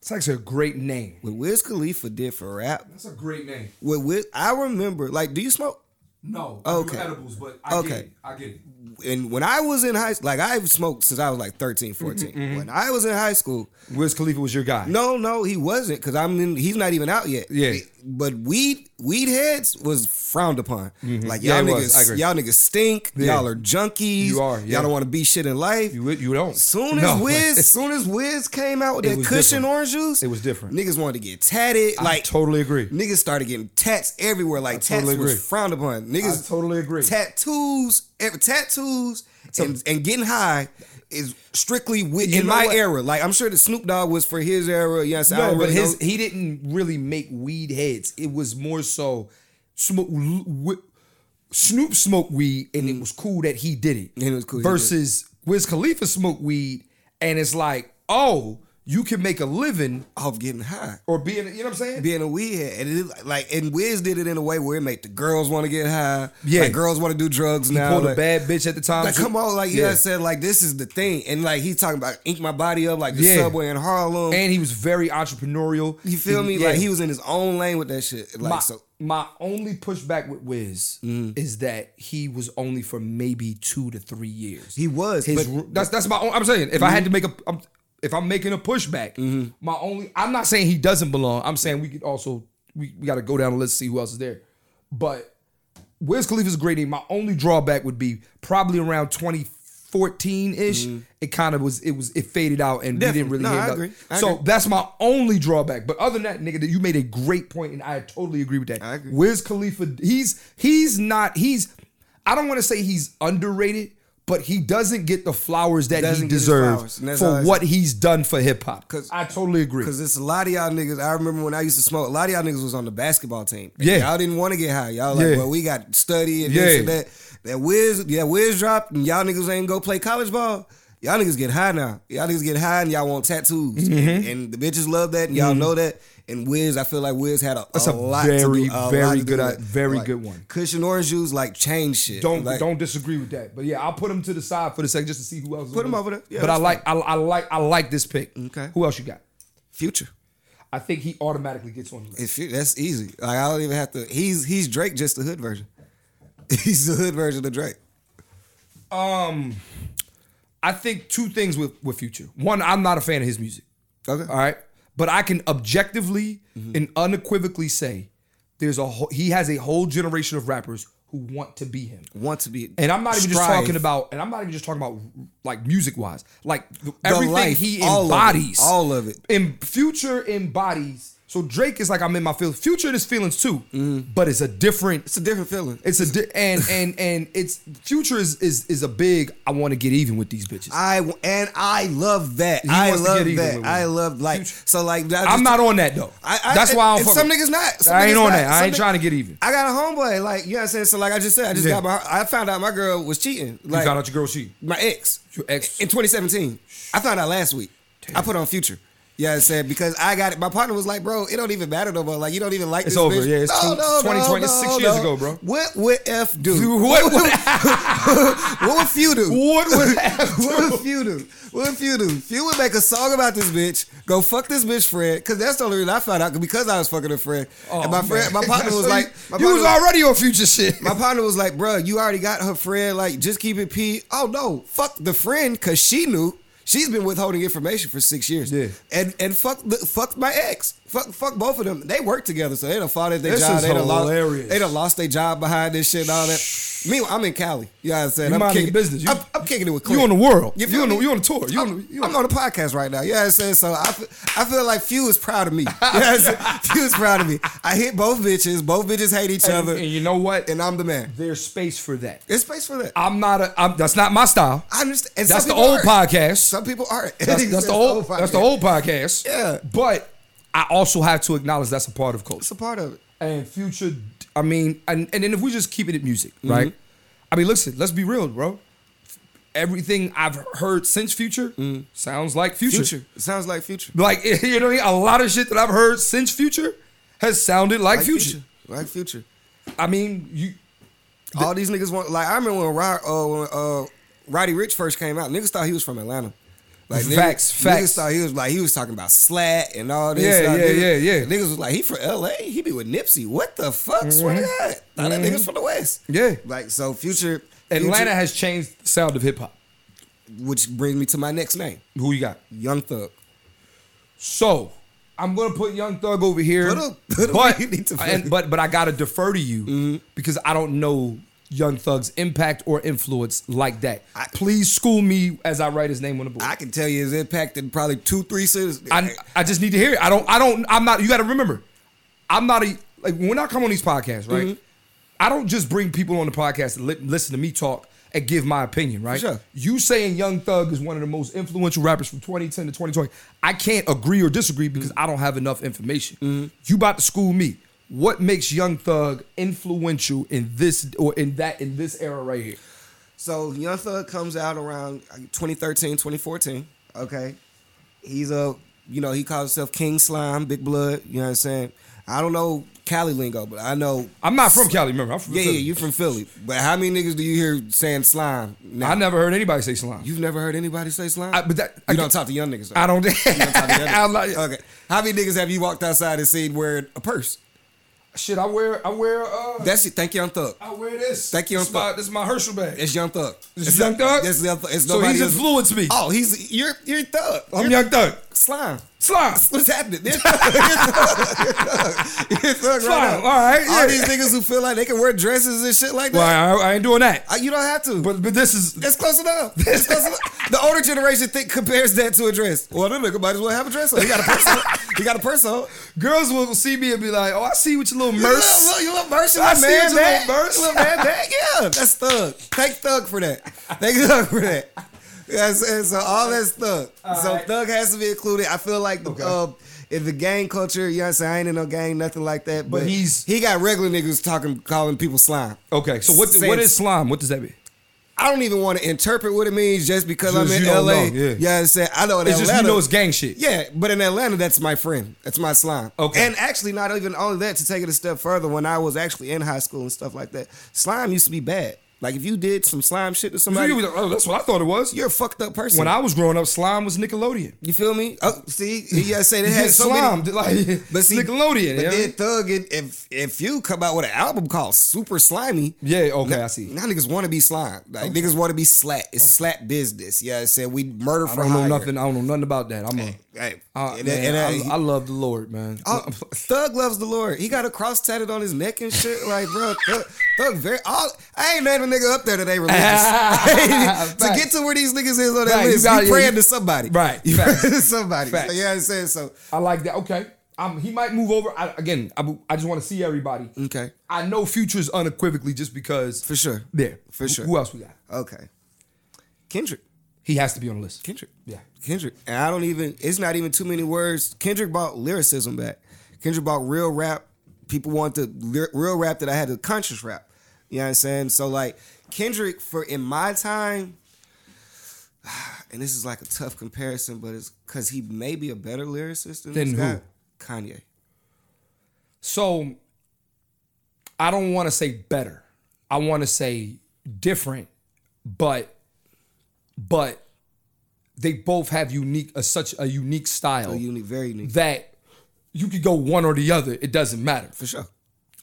Speaker 3: It's actually a great name.
Speaker 4: what Wiz Khalifa did for rap
Speaker 3: That's a great name.
Speaker 4: With, with I remember, like, do you smoke?
Speaker 3: No.
Speaker 4: I do Okay. edibles,
Speaker 3: but
Speaker 4: I get Okay. it.
Speaker 3: I get it.
Speaker 4: And when I was in high school, like I've smoked since I was like 13,
Speaker 3: Mm-hmm,
Speaker 4: 14. When I was in high school,
Speaker 3: Wiz Khalifa was your guy.
Speaker 4: no, no, he wasn't, because I'm in, he's not even out yet.
Speaker 3: Yeah.
Speaker 4: But weed weed heads was frowned upon. Like
Speaker 3: Mm-hmm. Yeah,
Speaker 4: y'all
Speaker 3: it
Speaker 4: niggas,
Speaker 3: was. I agree.
Speaker 4: y'all niggas stink.
Speaker 3: Yeah.
Speaker 4: Y'all are junkies.
Speaker 3: You are, yeah.
Speaker 4: Y'all don't want to be shit in life.
Speaker 3: You, you don't.
Speaker 4: Soon as
Speaker 3: No,
Speaker 4: Wiz,
Speaker 3: like-
Speaker 4: soon as Wiz came out with
Speaker 3: It
Speaker 4: that
Speaker 3: was
Speaker 4: cushion
Speaker 3: different.
Speaker 4: orange juice,
Speaker 3: It was different.
Speaker 4: Niggas wanted to get tatted.
Speaker 3: I
Speaker 4: like
Speaker 3: totally agree.
Speaker 4: Niggas started getting tats everywhere. Like tats
Speaker 3: totally agree.
Speaker 4: was frowned upon. Niggas
Speaker 3: I totally agree.
Speaker 4: Tattoos, ev- tattoos, and, and getting high is strictly with,
Speaker 3: You
Speaker 4: in
Speaker 3: know
Speaker 4: my
Speaker 3: what?
Speaker 4: era. Like I'm sure the Snoop Dogg was for his era. Yes, I
Speaker 3: No,
Speaker 4: don't
Speaker 3: but
Speaker 4: really know.
Speaker 3: his he didn't really make weed heads. It was more so Snoop, Wi- Snoop smoked weed and it was cool that he did it.
Speaker 4: Mm. And it was cool he did it.
Speaker 3: Versus Wiz Khalifa smoked weed and it's like, oh, you can make a living
Speaker 4: off getting high.
Speaker 3: or being, you know what I'm saying?
Speaker 4: Being a weed head, and it is like, and Wiz did it in a way where it made the girls want to get high.
Speaker 3: Yeah.
Speaker 4: like, girls want to do drugs
Speaker 3: he
Speaker 4: now.
Speaker 3: pulled a
Speaker 4: like-
Speaker 3: bad bitch at the time.
Speaker 4: Like,
Speaker 3: too.
Speaker 4: come on, like yeah, I said, like this is the thing, and like he's talking about ink my body up, like the
Speaker 3: Yeah.
Speaker 4: subway in Harlem.
Speaker 3: And he was very entrepreneurial.
Speaker 4: you feel me?
Speaker 3: Yeah.
Speaker 4: Like he was in his own lane with that shit. Like
Speaker 3: my,
Speaker 4: so, Mm.
Speaker 3: my only pushback with Wiz is that he was only for maybe two to three years.
Speaker 4: He was,
Speaker 3: His,
Speaker 4: but-
Speaker 3: that's that's my. Own, I'm saying if I had to make a, I'm, if I'm making a pushback,
Speaker 4: Mm-hmm.
Speaker 3: my only. I'm not saying he doesn't belong. I'm saying we could also we, we got to go down the list and see who else is there. But Wiz Khalifa's a great name. My only drawback would be probably around 2014 ish. It kind of was. It was. It faded out, and we didn't
Speaker 4: Mm-hmm. Definitely.
Speaker 3: really.
Speaker 4: No,
Speaker 3: hear
Speaker 4: I
Speaker 3: about-
Speaker 4: agree. I
Speaker 3: so
Speaker 4: agree.
Speaker 3: that's my only drawback. But other than that, nigga, that you made a great point, and I totally agree with that.
Speaker 4: I agree.
Speaker 3: Wiz Khalifa, he's he's not he's. I don't want to say he's underrated, but he doesn't get the flowers that
Speaker 4: Doesn't
Speaker 3: he
Speaker 4: get his
Speaker 3: deserves
Speaker 4: flowers, and that's how
Speaker 3: for
Speaker 4: it's-
Speaker 3: what he's done for hip hop.
Speaker 4: 'Cause-
Speaker 3: I totally agree.
Speaker 4: because it's a lot of y'all niggas. I remember when I used to smoke. A lot of y'all niggas was on the basketball team. And
Speaker 3: Yeah.
Speaker 4: y'all didn't want to get high. Y'all like,
Speaker 3: Yeah.
Speaker 4: well, we got study and this
Speaker 3: Yeah.
Speaker 4: and that. That whiz, yeah, whiz dropped, and y'all niggas ain't go play college ball. Y'all niggas get high now. Y'all niggas get high and y'all want tattoos, and,
Speaker 3: Mm-hmm.
Speaker 4: and the bitches love that, and y'all know that. And Wiz, I feel like Wiz had a,
Speaker 3: That's a
Speaker 4: a lot
Speaker 3: very,
Speaker 4: to do, a
Speaker 3: very
Speaker 4: lot to do
Speaker 3: good
Speaker 4: with
Speaker 3: i-
Speaker 4: that.
Speaker 3: very
Speaker 4: Like,
Speaker 3: good one.
Speaker 4: Cushion orange juice like change shit.
Speaker 3: Don't
Speaker 4: Like,
Speaker 3: don't disagree with that. But yeah, I'll put him to the side for the second just to see who else. is
Speaker 4: Put
Speaker 3: on
Speaker 4: him over there. Yeah,
Speaker 3: but I
Speaker 4: that's
Speaker 3: like I, I like I like this pick.
Speaker 4: Okay.
Speaker 3: Who else you got?
Speaker 4: future.
Speaker 3: I think he automatically gets on the list.
Speaker 4: If you, that's easy. Like I don't even have to. He's he's Drake, just the hood version. He's the hood version of Drake.
Speaker 3: I think two things with with Future. One, I'm not a fan of his music.
Speaker 4: Okay. Mm-hmm.
Speaker 3: All right. But I can objectively and unequivocally say there's a whole, he has a whole generation of rappers who want to be him.
Speaker 4: Want to be,
Speaker 3: And I'm not even just
Speaker 4: strive.
Speaker 3: talking about and I'm not even just talking about like music wise. Like th- everything
Speaker 4: life,
Speaker 3: he
Speaker 4: all of it,
Speaker 3: embodies.
Speaker 4: all of it.
Speaker 3: And future embodies So Drake is like, I'm in my feelings. Future in his feelings too, but it's a different.
Speaker 4: Mm-hmm. It's a different feeling.
Speaker 3: It's a di- and and and it's future is is is a big. I want to get even with these bitches.
Speaker 4: I and I love that.
Speaker 3: He
Speaker 4: I
Speaker 3: wants to
Speaker 4: love
Speaker 3: get even with
Speaker 4: that.
Speaker 3: women.
Speaker 4: I love like so like I
Speaker 3: I'm
Speaker 4: just-
Speaker 3: not on that though.
Speaker 4: I, I,
Speaker 3: That's why I don't.
Speaker 4: and
Speaker 3: Fuck
Speaker 4: Some
Speaker 3: with-
Speaker 4: niggas not. Some
Speaker 3: I ain't
Speaker 4: niggas
Speaker 3: on
Speaker 4: not.
Speaker 3: that. I
Speaker 4: Some
Speaker 3: ain't
Speaker 4: nigg-
Speaker 3: trying to get even.
Speaker 4: I got a homeboy. Like you know what I'm saying. So like I just said, I just
Speaker 3: Yeah.
Speaker 4: got my. I found out my girl was cheating. Like
Speaker 3: you found out your girl cheat.
Speaker 4: my ex.
Speaker 3: Your ex.
Speaker 4: in 2017. I found out last week. I put on Future. Yeah, I said because I got it. My partner was like, "Bro, it don't even matter no more. Like you don't even like
Speaker 3: It's
Speaker 4: this
Speaker 3: over.
Speaker 4: bitch."
Speaker 3: Yeah, it's
Speaker 4: no,
Speaker 3: two-
Speaker 4: no,
Speaker 3: 2020.
Speaker 4: no,
Speaker 3: It's six
Speaker 4: no,
Speaker 3: years
Speaker 4: no.
Speaker 3: ago, bro.
Speaker 4: What would F do?
Speaker 3: What would-
Speaker 4: what would Few do?
Speaker 3: What would F
Speaker 4: What would
Speaker 3: do?
Speaker 4: Few do? What would Few do? Few would make a song about this bitch. Go fuck this bitch, friend. Because that's the only reason I found out because I was fucking a friend. and my friend, my partner was
Speaker 3: Oh, So
Speaker 4: like,
Speaker 3: you,
Speaker 4: my
Speaker 3: you
Speaker 4: partner
Speaker 3: was already on future shit.
Speaker 4: my partner was like, "Bruh, you already got her friend. Like, just keep it p." Oh no, fuck the friend, because she knew she's been withholding information for six years.
Speaker 3: Yeah.
Speaker 4: and and fuck the, fuck my ex. Fuck fuck both of them. They work together, so they done fought at their
Speaker 3: This
Speaker 4: job.
Speaker 3: is
Speaker 4: They done
Speaker 3: hilarious.
Speaker 4: lost. They done lost their job behind this shit and all that. Meanwhile, I'm in Cali. You know what I'm saying?
Speaker 3: You
Speaker 4: I'm
Speaker 3: minding
Speaker 4: kicking
Speaker 3: your business. You-
Speaker 4: I'm, I'm kicking it with.
Speaker 3: you
Speaker 4: Clint.
Speaker 3: on the world. You,
Speaker 4: You feel
Speaker 3: on the,
Speaker 4: me?
Speaker 3: you on the tour. You
Speaker 4: I'm,
Speaker 3: on the, you on
Speaker 4: I'm on the podcast right now. You know what I'm saying? So I feel, I feel like Few is proud of me. You know what I'm saying? Few is proud of me. I hit both bitches. Both bitches hate each
Speaker 3: and,
Speaker 4: other.
Speaker 3: and you know what?
Speaker 4: and I'm the man.
Speaker 3: There's space for that.
Speaker 4: There's space for that. I,
Speaker 3: I'm not a. I'm, that's not my style.
Speaker 4: understand. and
Speaker 3: That's
Speaker 4: some
Speaker 3: the
Speaker 4: people
Speaker 3: old
Speaker 4: aren't.
Speaker 3: podcast.
Speaker 4: Some people aren't.
Speaker 3: That's, that's the old. That's the
Speaker 4: podcast.
Speaker 3: old podcast.
Speaker 4: Yeah.
Speaker 3: But I also have to acknowledge that's a part of culture.
Speaker 4: It's a part of it.
Speaker 3: and future. Mm-hmm. I mean, and and then if we just keep it at music, right? I mean, listen, let's be real, bro. Everything I've heard since Future sounds like Mm. Future.
Speaker 4: Future. It sounds like future.
Speaker 3: Like you know, what I mean? a lot of shit that I've heard since Future has sounded like,
Speaker 4: Like
Speaker 3: future.
Speaker 4: future. Like future.
Speaker 3: I mean, you
Speaker 4: All these niggas want. Like I remember when, Rod, uh, when uh, Roddy Rich first came out. Niggas thought he was from Atlanta. Like niggas-
Speaker 3: Facts,
Speaker 4: niggas,
Speaker 3: facts.
Speaker 4: thought he was like he was talking about slat and all this.
Speaker 3: Yeah,
Speaker 4: stuff.
Speaker 3: yeah,
Speaker 4: niggas,
Speaker 3: yeah, yeah.
Speaker 4: Niggas was like he from L.A. He be with Nipsey. What the fuck? Swear to God, Thought that niggas from the West.
Speaker 3: Mm-hmm. Yeah.
Speaker 4: Like so, future.
Speaker 3: Atlanta
Speaker 4: Future-
Speaker 3: has changed the sound of hip hop.
Speaker 4: which brings me to my next name,
Speaker 3: Who you got?
Speaker 4: Young Thug.
Speaker 3: So I'm gonna put Young Thug over here,
Speaker 4: Put him- put him
Speaker 3: but
Speaker 4: where you need to Mm-hmm. put
Speaker 3: and,
Speaker 4: him.
Speaker 3: but but I gotta defer to you because I don't know Young Thug's impact or influence like that.
Speaker 4: I-
Speaker 3: Please school me as I write his name on the board.
Speaker 4: I
Speaker 3: I,
Speaker 4: can tell you his impact in probably two, three seasons.
Speaker 3: I, just need to hear it. I don't. I don't. I'm not. You gotta remember, I'm not a like when I come on these podcasts, right?
Speaker 4: Mm-hmm.
Speaker 3: I don't just bring people on the podcast to li- listen to me talk and give my opinion, right?
Speaker 4: sure.
Speaker 3: You saying Young Thug is one of the most influential rappers from 2010 to 2020. I can't agree or disagree because
Speaker 4: Mm-hmm.
Speaker 3: I don't have enough information. You about to school me. What makes Young Thug influential in this or in that in this era right here?
Speaker 4: so Young Thug comes out around uh, 2013, 2014. Okay. He's a, you know, he calls himself King Slime, Big Blood. You know what I'm saying? I don't know Cali lingo, but I know.
Speaker 3: I'm not from Cali, remember? I'm from
Speaker 4: Yeah,
Speaker 3: Philly.
Speaker 4: yeah, you from Philly. But how many niggas do you hear saying slime now?
Speaker 3: I never heard anybody say slime.
Speaker 4: You've never heard anybody say slime?
Speaker 3: I- but that-
Speaker 4: you
Speaker 3: I-
Speaker 4: don't talk to young niggas. though.
Speaker 3: I don't.
Speaker 4: You don't talk to young
Speaker 3: I'm
Speaker 4: niggas.
Speaker 3: like-
Speaker 4: okay. How many niggas have you walked outside and seen wearing a purse?
Speaker 3: Shit, I wear. I wear. Uh,
Speaker 4: That's it. Thank Young Thug.
Speaker 3: I wear this.
Speaker 4: Thank you,
Speaker 3: This,
Speaker 4: Uncle.
Speaker 3: my, this is my Herschel bag.
Speaker 4: It's Young Thug.
Speaker 3: This is Young Thug?
Speaker 4: It's Young Thug. It's
Speaker 3: So
Speaker 4: nobody
Speaker 3: he's
Speaker 4: else.
Speaker 3: influenced me.
Speaker 4: Oh, he's you're you're Thug.
Speaker 3: I'm
Speaker 4: You're
Speaker 3: Young Thug.
Speaker 4: Slime.
Speaker 3: Slime.
Speaker 4: What's happening? You're Thug. You're Thug. You're Thug
Speaker 3: Slime.
Speaker 4: right now.
Speaker 3: All right, yeah.
Speaker 4: All these niggas who feel like they can wear dresses and shit like that.
Speaker 3: Well, I, I ain't doing that.
Speaker 4: Uh, You don't have to.
Speaker 3: But but this is
Speaker 4: it's close enough. It's close enough. The older generation think compares that to a dress. Well, the nigga might as well have a dress on. He got a purse on. He got a purse on.
Speaker 3: girls will see me and be like, "Oh, I see you with your little
Speaker 4: Merce.
Speaker 3: merce."
Speaker 4: You little Merce.
Speaker 3: I
Speaker 4: I
Speaker 3: see
Speaker 4: man,
Speaker 3: what you
Speaker 4: that.
Speaker 3: little Merce.
Speaker 4: You little man, that. Yeah, that's Thug. Thank Thug for that. Thank Thug for that. Yes, and so all that's Thug. so
Speaker 3: right.
Speaker 4: Thug has to be included. I feel like the uh, in the gang culture, you know what I'm saying? I ain't in no gang, nothing like that. But,
Speaker 3: he's- Oh.
Speaker 4: he got regular niggas talking, calling people slime.
Speaker 3: Okay, so what
Speaker 4: Say
Speaker 3: what
Speaker 4: it's-
Speaker 3: is slime? What does that mean?
Speaker 4: I don't even want to interpret what it means just because
Speaker 3: Just
Speaker 4: I'm in
Speaker 3: you don't
Speaker 4: LA.
Speaker 3: know, yeah.
Speaker 4: You know what I'm saying? I know in
Speaker 3: It's just
Speaker 4: Atlanta.
Speaker 3: you know it's gang shit.
Speaker 4: Yeah, but in Atlanta, that's my friend. That's my slime.
Speaker 3: Okay.
Speaker 4: And actually, not even only that, to take it a step further, when I was actually in high school and stuff like that, slime used to be bad. Like if you did some slime shit to somebody,
Speaker 3: You- oh, that's what I thought it was.
Speaker 4: you're a fucked up person.
Speaker 3: When I was growing up, slime was Nickelodeon.
Speaker 4: you feel me? Oh, see, you gotta say they
Speaker 3: You
Speaker 4: had
Speaker 3: get
Speaker 4: so
Speaker 3: slime,
Speaker 4: many.
Speaker 3: like
Speaker 4: But see,
Speaker 3: Nickelodeon.
Speaker 4: But
Speaker 3: yeah.
Speaker 4: then Thug, and if if you come out with an album called Super Slimy,
Speaker 3: Yeah, okay,
Speaker 4: now,
Speaker 3: I see.
Speaker 4: Now niggas want to be slime. Like niggas want to be slat. It's slat business. Yeah, I said we murder
Speaker 3: I
Speaker 4: for
Speaker 3: don't know
Speaker 4: hire.
Speaker 3: nothing. I don't know nothing about that. I'm a.
Speaker 4: Hey,
Speaker 3: I-
Speaker 4: and-
Speaker 3: man,
Speaker 4: and, uh,
Speaker 3: I-
Speaker 4: he-
Speaker 3: I love the Lord, man.
Speaker 4: Oh, Thug loves the Lord. He got a cross tatted on his neck and shit. Like, bro, Thug, Thug very. All, I ain't naming nigga up there that ain't religious. to
Speaker 3: Facts.
Speaker 4: get to where these niggas is on that
Speaker 3: Right, you
Speaker 4: list,
Speaker 3: got-
Speaker 4: you praying
Speaker 3: yeah, you-
Speaker 4: to somebody.
Speaker 3: Right,
Speaker 4: You
Speaker 3: facts.
Speaker 4: praying to somebody.
Speaker 3: Facts.
Speaker 4: So, yeah, I'm saying so.
Speaker 3: I like that. Okay. I'm, he might move over. I, again, I, I just want to see everybody.
Speaker 4: Okay.
Speaker 3: I know Future's unequivocally just because.
Speaker 4: For sure.
Speaker 3: There.
Speaker 4: For
Speaker 3: Who-
Speaker 4: sure.
Speaker 3: Who else we got?
Speaker 4: Okay. Kendrick.
Speaker 3: He has to be on the list.
Speaker 4: Kendrick.
Speaker 3: Yeah.
Speaker 4: Kendrick. And I don't even, it's not even too many words. Kendrick bought lyricism back. Kendrick bought real rap. People want the ly- real rap that I had to conscious rap. You know what I'm saying? So, like, Kendrick, for in my time, and this is like a tough comparison, but it's because he may be a better lyricist than,
Speaker 3: Than
Speaker 4: this
Speaker 3: who?
Speaker 4: guy. Kanye.
Speaker 3: So I don't want to say better. I want to say different, but but they both have unique a, such a unique style
Speaker 4: A unique, very unique.
Speaker 3: that you could go one or the other. It doesn't matter.
Speaker 4: for sure.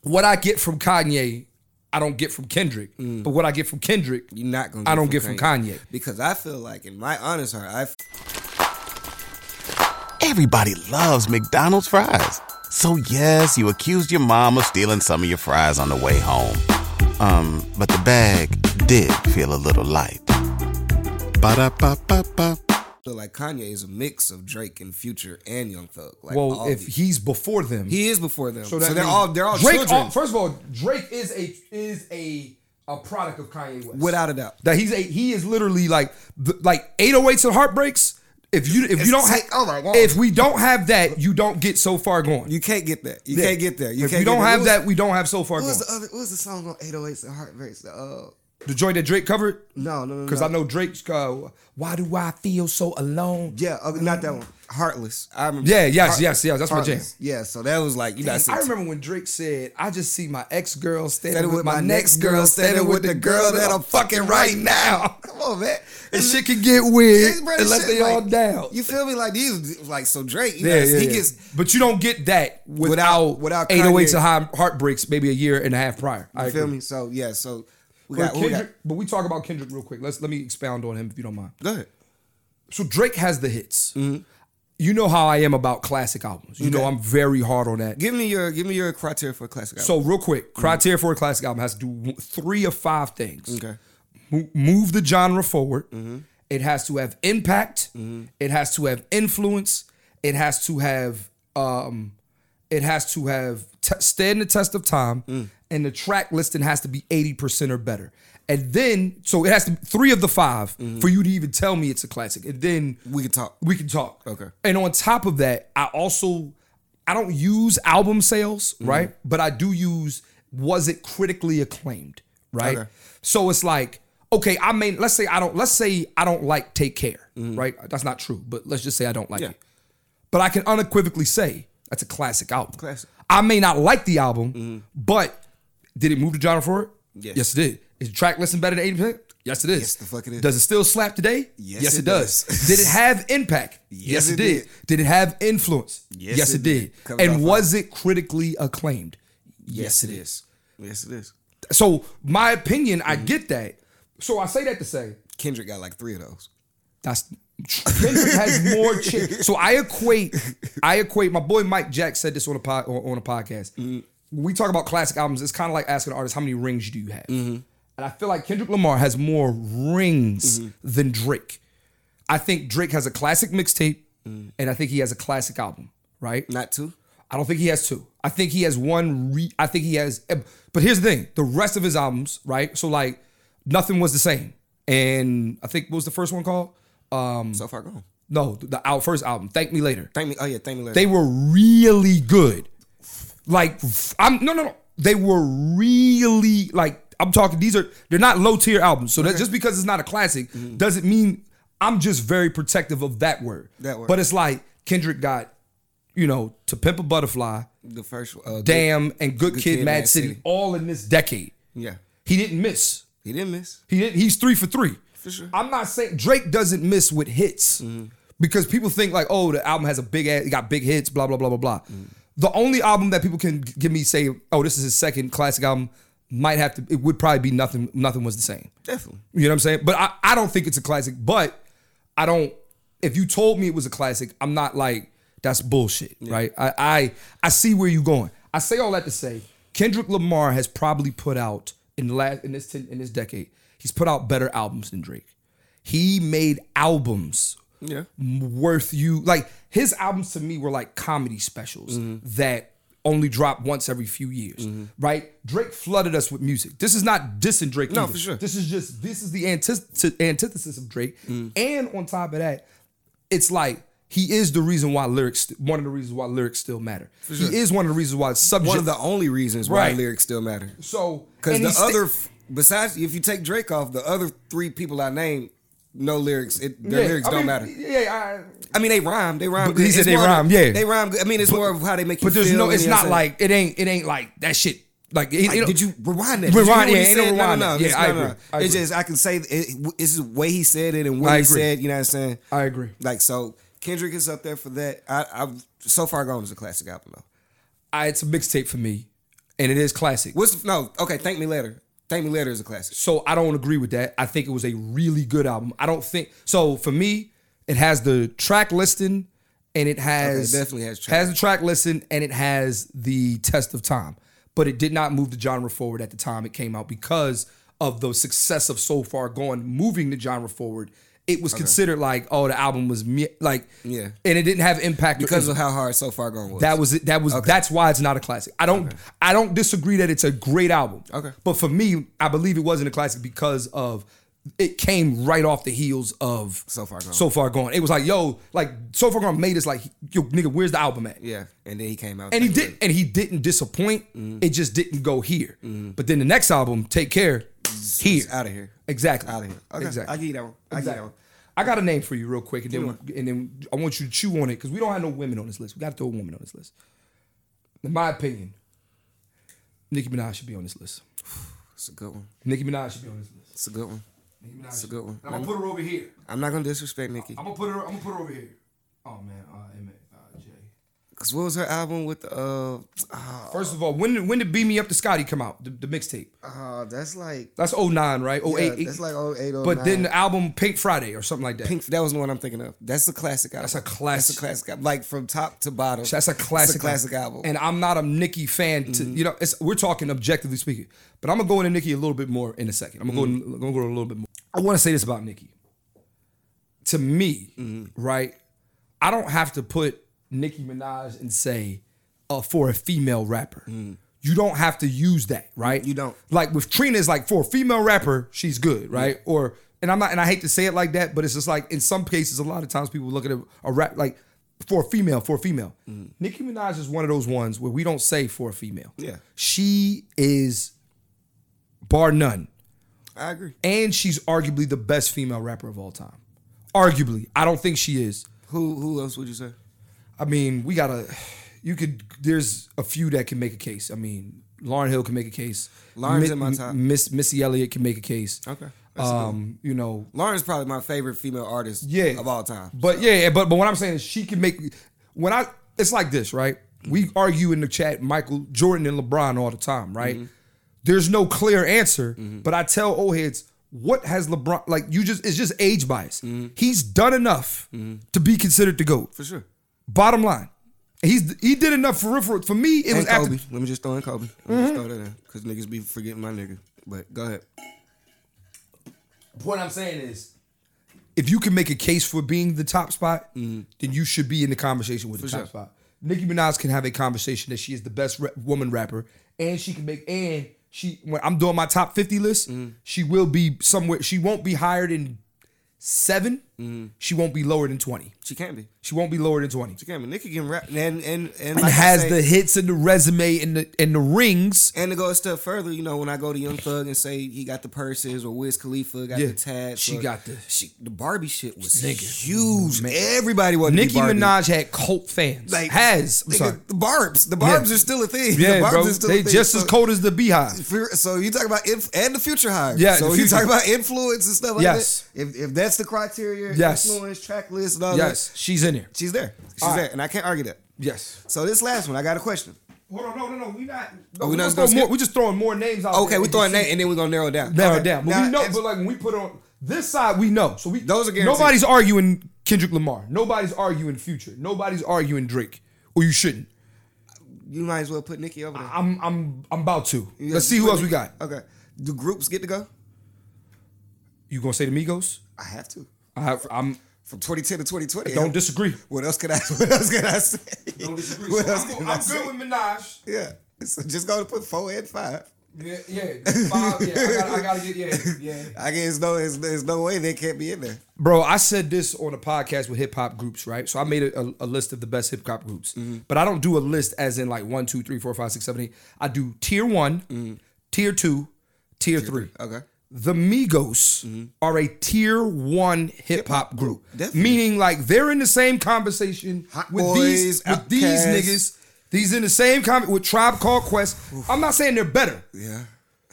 Speaker 3: What I get from Kanye, I don't get from Kendrick.
Speaker 4: Mm.
Speaker 3: But what I get from Kendrick,
Speaker 4: You're not gonna.
Speaker 3: I don't get from Kanye.
Speaker 4: because I feel like, in my honest heart, I
Speaker 2: Everybody loves McDonald's fries. So yes, you accused your mom of stealing some of your fries on the way home. Um, but the bag did feel a little light. Ba-da-ba-ba-ba.
Speaker 4: feel like Kanye is a mix of Drake and Future and Young Thug. Like,
Speaker 3: well,
Speaker 4: all
Speaker 3: if
Speaker 4: these.
Speaker 3: he's before them,
Speaker 4: he is before them, so,
Speaker 3: that
Speaker 4: they're
Speaker 3: means
Speaker 4: all they're all
Speaker 3: Drake.
Speaker 4: children,
Speaker 3: all- first of all, Drake is a is a a product of Kanye West.
Speaker 4: without a doubt.
Speaker 3: That he's a he is literally like the, like 808s and heartbreaks. If you if you don't have
Speaker 4: like, oh my God.
Speaker 3: if we don't have that, you don't get so far going.
Speaker 4: You can't get that. You
Speaker 3: Yeah.
Speaker 4: can't get there. You
Speaker 3: if
Speaker 4: can't
Speaker 3: you don't
Speaker 4: get
Speaker 3: have
Speaker 4: there.
Speaker 3: that, we don't have so far
Speaker 4: What
Speaker 3: going.
Speaker 4: was, what was the other? What was the song on 808s and Heartbreaks? Uh,
Speaker 3: the joint that Drake covered,
Speaker 4: no, no, no.
Speaker 3: because
Speaker 4: no.
Speaker 3: I know Drake's. Uh, Why do I feel so alone?
Speaker 4: Yeah, okay, not that one. Heartless. I remember.
Speaker 3: Yeah, yes,
Speaker 4: Heart-
Speaker 3: yes, yes, that's my jam.
Speaker 4: Heartless. Yeah, so that was like you
Speaker 3: Dang,
Speaker 4: guys.
Speaker 3: I remember when Drake said, "I just see my ex girl standing
Speaker 4: standing
Speaker 3: with my next girl, standing with the girl that I'm fucking right now."
Speaker 4: Come on, man.
Speaker 3: And shit can get weird
Speaker 4: These brothers
Speaker 3: unless
Speaker 4: shit,
Speaker 3: they all
Speaker 4: like,
Speaker 3: down.
Speaker 4: You feel me? Like these, like so Drake. You
Speaker 3: Yeah,
Speaker 4: know,
Speaker 3: yeah,
Speaker 4: he
Speaker 3: yeah.
Speaker 4: gets
Speaker 3: but you don't get that without
Speaker 4: without
Speaker 3: without 808s
Speaker 4: Kanye.
Speaker 3: and high heartbreaks maybe a year and a half prior. I
Speaker 4: You feel
Speaker 3: agree.
Speaker 4: me? So yeah, so we
Speaker 3: But
Speaker 4: got, we got
Speaker 3: Kendrick- but we talk about Kendrick real quick. Let's let me expound on him if you don't mind.
Speaker 4: go ahead.
Speaker 3: So Drake has the hits. You know how I am about classic albums. You know I'm very hard on that.
Speaker 4: Give me your give me your criteria for a classic album. Mm-hmm.
Speaker 3: So real quick, criteria for a classic album has to do w- three or five things.
Speaker 4: okay. Mm-hmm.
Speaker 3: Mo- Move the genre forward. It has to have impact. It has to have influence. It has to have um, it has to have t- stand the test of time,
Speaker 4: Mm.
Speaker 3: and the track listing has to be eighty percent or better. And then, so it has to be three of the 5 for you to even tell me it's a classic. And then
Speaker 4: Mm-hmm. We can talk.
Speaker 3: we can talk.
Speaker 4: Okay.
Speaker 3: And on top of that, I also I don't use album sales,
Speaker 4: Mm-hmm.
Speaker 3: right? But I do use was it critically acclaimed, right?
Speaker 4: Okay.
Speaker 3: So it's like, okay, I mean, let's say I don't let's say I don't like Take Care, right? That's not true, but let's just say I don't like
Speaker 4: Mm-hmm. Yeah.
Speaker 3: it. But I can unequivocally say that's a classic album.
Speaker 4: Classic. Mm-hmm.
Speaker 3: I may not like the album, but did it move the genre forward?
Speaker 4: Yes.
Speaker 3: yes, it did. Is the track listened better than 80%? Yes, it is.
Speaker 4: Yes, the fuck it is.
Speaker 3: Does it still slap today?
Speaker 4: Yes,
Speaker 3: yes
Speaker 4: it
Speaker 3: it, does.
Speaker 4: does.
Speaker 3: did it have impact?
Speaker 4: Yes, it
Speaker 3: did.
Speaker 4: did.
Speaker 3: Did it have influence?
Speaker 4: Yes, it
Speaker 3: it, did.
Speaker 4: did. Covered off
Speaker 3: And was it critically acclaimed? Yes, it is.
Speaker 4: Yes, it is.
Speaker 3: So, my opinion, I
Speaker 4: Mm-hmm.
Speaker 3: get that. So, I say that to say
Speaker 4: Kendrick got like three of those.
Speaker 3: that's Kendrick has more chips. So, I equate, I equate. My boy Mike Jack said this on a pod, on, on a podcast. When we talk about classic albums, it's kind of like asking an artist, how many rings do you have? And I feel like Kendrick Lamar has more rings than Drake. I think Drake has a classic mixtape, and I think he has a classic album, right?
Speaker 4: Not two.
Speaker 3: I don't think he has two. I think he has one. Re- I think he has. eh, But here's the thing: the rest of his albums, right? So like, nothing was the same. And I think what was the first one called? Um,
Speaker 4: So far gone.
Speaker 3: no, the our first album, "Thank Me Later."
Speaker 4: Thank me. Oh yeah, thank me later.
Speaker 3: They were really good. Like I'm no no no. They were really like I'm talking. These are they're not low tier albums. So that just because it's not a classic
Speaker 4: Mm-hmm.
Speaker 3: doesn't mean I'm just very protective of that word.
Speaker 4: That word.
Speaker 3: But it's like Kendrick got, you know, to pimp a butterfly.
Speaker 4: the first. Uh, good-
Speaker 3: Damn and Good, Kid,
Speaker 4: Kid,
Speaker 3: Mad,
Speaker 4: Mad
Speaker 3: City,
Speaker 4: City.
Speaker 3: all in this decade.
Speaker 4: Yeah,
Speaker 3: He didn't miss.
Speaker 4: he didn't miss.
Speaker 3: He didn't, he's three for three.
Speaker 4: For sure.
Speaker 3: I'm not saying Drake doesn't miss with hits because people think like, oh, the album has a big ass, it got big hits, blah blah blah blah blah. The only album that people can give me say, oh, this is his second classic album, might have to. It would probably be nothing. Nothing was the same.
Speaker 4: Definitely.
Speaker 3: You know what I'm saying? But I, I don't think it's a classic. But I don't. If you told me it was a classic, I'm not like that's bullshit, right? I, I I see where you're going. I say all that to say Kendrick Lamar has probably put out in the last in this ten, in this decade, he's put out better albums than Drake. He made albums
Speaker 4: Yeah.
Speaker 3: worth you like his albums to me were like comedy specials
Speaker 4: Mm-hmm.
Speaker 3: that only drop once every few years, right? Drake flooded us with music. This is not dissing Drake.
Speaker 4: No,
Speaker 3: either.
Speaker 4: for sure.
Speaker 3: This is just this is the antith- antithesis of Drake.
Speaker 4: Mm.
Speaker 3: And on top of that, it's like he is the reason why lyrics. One of the reasons why lyrics still matter. He is one of the reasons why subject.
Speaker 4: One of the only reasons why
Speaker 3: Right.
Speaker 4: lyrics still matter.
Speaker 3: so
Speaker 4: Because
Speaker 3: and
Speaker 4: the
Speaker 3: he sti-
Speaker 4: other, f- besides, if you take Drake off, the other three people I named, no lyrics. It, their
Speaker 3: Yeah,
Speaker 4: lyrics
Speaker 3: I
Speaker 4: don't
Speaker 3: mean,
Speaker 4: matter.
Speaker 3: Yeah, I,
Speaker 4: I mean, they rhyme. They rhyme.
Speaker 3: But he
Speaker 4: good.
Speaker 3: said
Speaker 4: It's
Speaker 3: they
Speaker 4: more of-
Speaker 3: rhyme, yeah.
Speaker 4: they rhyme. Good. I mean, it's more of how they make you.
Speaker 3: but there's
Speaker 4: feel,
Speaker 3: no.
Speaker 4: you
Speaker 3: It's
Speaker 4: know what
Speaker 3: not
Speaker 4: I'm saying?
Speaker 3: like it ain't. It ain't like that shit. Like, it,
Speaker 4: Like,
Speaker 3: it-
Speaker 4: did you rewind that? Did
Speaker 3: Rewind,
Speaker 4: you
Speaker 3: yeah,
Speaker 4: hear what he
Speaker 3: ain't no
Speaker 4: said? No,
Speaker 3: rewind.
Speaker 4: no, no.
Speaker 3: Yeah,
Speaker 4: it's,
Speaker 3: I
Speaker 4: no, no.
Speaker 3: agree. I
Speaker 4: It's
Speaker 3: agree.
Speaker 4: just I can say it, it's the way he said it and
Speaker 3: I
Speaker 4: what he
Speaker 3: agree.
Speaker 4: said. You know what I'm saying?
Speaker 3: I agree.
Speaker 4: Like so, Kendrick is up there for that. I, I've so far gone as a classic album though.
Speaker 3: I, it's a mixtape for me, and it is classic.
Speaker 4: What's the, no? Okay, thank me later. Thank me later is a classic.
Speaker 3: So I don't agree with that. I think it was a really good album. I don't think so. For me, it has the track listing, and it has
Speaker 4: Okay, it definitely has track.
Speaker 3: the track listing, and it has the test of time. But it did not move the genre forward at the time it came out because of the success of So Far Gone moving the genre forward. It was considered like, oh, the album was me- like,
Speaker 4: Yeah.
Speaker 3: and it didn't have impact or
Speaker 4: Because of how hard so far gone was.
Speaker 3: That was it. That was that's why it's not a classic. I don't I don't disagree that it's a great album.
Speaker 4: Okay.
Speaker 3: But for me, I believe it wasn't a classic because of it came right off the heels of
Speaker 4: So Far Gone.
Speaker 3: So far gone. It was like yo, like so far gone made us like yo nigga, where's the album at?
Speaker 4: yeah, and then he came out.
Speaker 3: And he
Speaker 4: Thank Me
Speaker 3: did
Speaker 4: Later.
Speaker 3: and he didn't disappoint.
Speaker 4: Mm-hmm.
Speaker 3: It just didn't go here. But then the next album, Take Care, here
Speaker 4: It's outta here.
Speaker 3: exactly
Speaker 4: Out of here. Okay,
Speaker 3: exactly.
Speaker 4: I get that one. I get that
Speaker 3: Exactly.
Speaker 4: one.
Speaker 3: I got a name for you real quick, and then and then I want you to chew on it because we don't have no women on this list. We got to throw a woman on this list. In my opinion, Nicki Minaj should be on this list.
Speaker 4: It's a good one.
Speaker 3: Nicki Minaj should be on this list.
Speaker 4: It's a good one.
Speaker 3: Nicki Minaj
Speaker 4: It's a
Speaker 3: should-
Speaker 4: good one.
Speaker 3: And I'm gonna put her over here.
Speaker 4: I'm not gonna disrespect Nicki.
Speaker 3: I'm gonna put her. I'm gonna put her over here. Oh man, uh, Emmett, uh, Jay.
Speaker 4: Cause what was her album with the? Uh, ah,
Speaker 3: First of all, when did, when did "Beat Me Up" to Scotty come out? The, the mixtape.
Speaker 4: ah, that's like
Speaker 3: That's 09, right? 08.
Speaker 4: that's like 08,
Speaker 3: But then
Speaker 4: 09.
Speaker 3: the album Pink Friday or something like that.
Speaker 4: Pink. That was the one I'm thinking of. That's a classic album.
Speaker 3: a classic.
Speaker 4: That's a classic album. Like from top to bottom.
Speaker 3: That's a
Speaker 4: It's
Speaker 3: classic,
Speaker 4: classic album. Mm-hmm.
Speaker 3: And I'm not a Nicki fan. To you know, it's, we're talking objectively speaking. But I'm gonna go into Nicki a little bit more in a second. I'm gonna go.
Speaker 4: Mm-hmm.
Speaker 3: In, I'm gonna go a little bit more. I want to say this about Nicki. To me,
Speaker 4: Mm-hmm.
Speaker 3: right, I don't have to put Nicki Minaj and say uh, for a female rapper. You don't have to use that, right?
Speaker 4: Mm-hmm. You don't.
Speaker 3: Like with Trina, it's like for a female rapper, she's good, right? Or and I'm not, and I hate to say it like that, but it's just like in some cases, a lot of times people look at a, a rap like for a female, for a female. Nicki Minaj is one of those ones where we don't say for a female.
Speaker 4: Yeah.
Speaker 3: she is bar none,
Speaker 4: I agree.
Speaker 3: and she's arguably the best female rapper of all time. Arguably, I don't think she is.
Speaker 4: Who who else would you say?
Speaker 3: I mean, we gotta. You could. There's a few that can make a case. I mean, Lauren Hill can make a case.
Speaker 4: Lauren's
Speaker 3: Mi-
Speaker 4: in my top.
Speaker 3: Miss Missy Elliott can make a case.
Speaker 4: Okay, that's a good
Speaker 3: Um, you know.
Speaker 4: Lauren's probably my favorite female artist.
Speaker 3: Yeah.
Speaker 4: Of all time.
Speaker 3: But yeah, yeah, but but what I'm saying is she can make. When I, it's like this, right? We argue in the chat, Michael Jordan and LeBron all the time, right?
Speaker 4: Mm-hmm.
Speaker 3: There's no clear answer, but I tell old heads, what has LeBron like? You just it's just age bias. He's done enough to be considered the goat.
Speaker 4: Mm-hmm. For sure.
Speaker 3: Bottom line, he's he did enough for for, for me. It was Mm-hmm.
Speaker 4: And Kobe.
Speaker 3: after
Speaker 4: Let me just throw in Kobe. Let me just throw that in. Cause niggas be forgetting my nigga. But go ahead.
Speaker 3: what I'm saying is, if you can make a case for being the top spot, then you should be in the conversation with the top
Speaker 4: Mm-hmm. sure.
Speaker 3: spot. Nicki Minaj can have a conversation that she is the best ra- woman rapper, and she can make and she when I'm doing my top 50 list,
Speaker 4: Mm-hmm.
Speaker 3: she will be somewhere. She won't be higher than seven.
Speaker 4: Mm-hmm.
Speaker 3: She won't be lower than 20.
Speaker 4: She can be.
Speaker 3: She won't be lower than 20.
Speaker 4: She can be. Nicki can rap. And and and,
Speaker 3: And
Speaker 4: like I
Speaker 3: has
Speaker 4: say-
Speaker 3: the hits and the resume and the and the rings.
Speaker 4: And to go a step further, you know, when I go to Young Thug and say he got the purses or Wiz Khalifa got
Speaker 3: Yeah.
Speaker 4: the tats,
Speaker 3: She
Speaker 4: or-
Speaker 3: got the-
Speaker 4: she, the Barbie shit was
Speaker 3: Nigga.
Speaker 4: huge. Everybody wanted to
Speaker 3: Nicki
Speaker 4: be Barbie.
Speaker 3: Minaj had cult fans.
Speaker 4: Like,
Speaker 3: has. I'm
Speaker 4: nigga,
Speaker 3: sorry.
Speaker 4: the Barb's the Barb's
Speaker 3: Yeah.
Speaker 4: are still a thing.
Speaker 3: Yeah,
Speaker 4: the Barb's
Speaker 3: bro.
Speaker 4: Are still
Speaker 3: They
Speaker 4: a thing.
Speaker 3: just
Speaker 4: so,
Speaker 3: as cold as the beehive.
Speaker 4: for- So you talk about inf- and the future hire.
Speaker 3: Yeah,
Speaker 4: So
Speaker 3: the
Speaker 4: you
Speaker 3: future.
Speaker 4: talk about influence and stuff like
Speaker 3: Yes.
Speaker 4: that. If if that's the criteria,
Speaker 3: Yes.
Speaker 4: influence, track list, and all
Speaker 3: Yes, she's in there.
Speaker 4: that, she's there. She's
Speaker 3: All right.
Speaker 4: there, and I can't argue that.
Speaker 3: Yes.
Speaker 4: So this last one, I got a question.
Speaker 3: Hold on, no, no, no. We not.
Speaker 4: Oh, we
Speaker 3: we
Speaker 4: not
Speaker 3: just
Speaker 4: gonna
Speaker 3: throw more,
Speaker 4: skip?
Speaker 3: we just throwing more names out.
Speaker 4: Okay,
Speaker 3: there
Speaker 4: we
Speaker 3: and
Speaker 4: throw a
Speaker 3: just
Speaker 4: name,
Speaker 3: see-
Speaker 4: and then we're gonna narrow it down.
Speaker 3: narrow
Speaker 4: Okay.
Speaker 3: it down. But
Speaker 4: Now,
Speaker 3: we know,
Speaker 4: it's-
Speaker 3: but like when we put on this side, we know. So we
Speaker 4: Those are guaranteed.
Speaker 3: nobody's arguing Kendrick Lamar. Nobody's arguing Future. Nobody's arguing Drake. Or you shouldn't.
Speaker 4: you might as well put Nicki over there.
Speaker 3: I'm I'm I'm about to.
Speaker 4: Yeah,
Speaker 3: Let's see who
Speaker 4: put
Speaker 3: else we
Speaker 4: Nicki-
Speaker 3: got.
Speaker 4: Okay. Do groups get to go?
Speaker 3: You gonna say the Migos?
Speaker 4: I have to.
Speaker 3: I, I'm
Speaker 4: from 2010 to 2020.
Speaker 3: Don't disagree.
Speaker 4: What else could I? What else could I say?
Speaker 3: Don't disagree.
Speaker 4: What
Speaker 3: So
Speaker 4: else
Speaker 3: I'm,
Speaker 4: could
Speaker 3: go-
Speaker 4: I
Speaker 3: I'm
Speaker 4: say?
Speaker 3: good with Minaj.
Speaker 4: Yeah. So just go to put four and five.
Speaker 3: Yeah, yeah. Five, yeah. I gotta, I gotta get yeah, yeah.
Speaker 4: I guess no, there's, there's no way they can't be in there.
Speaker 3: Bro, I said this on a podcast with hip hop groups, right? So I made a, a, a list of the best hip hop groups, but I don't do a list as in like one, two, three, four, five, six, seven, eight. I do tier one, tier two, Mm-hmm. tier, three.
Speaker 4: Okay.
Speaker 3: The Migos are a tier one hip hop group,
Speaker 4: Mm-hmm. Definitely.
Speaker 3: meaning like they're in the same conversation
Speaker 4: Hot
Speaker 3: with
Speaker 4: Boys,
Speaker 3: these with these
Speaker 4: Outkast.
Speaker 3: niggas. These in the same comment with Tribe Called Quest. I'm not saying they're better.
Speaker 4: Yeah.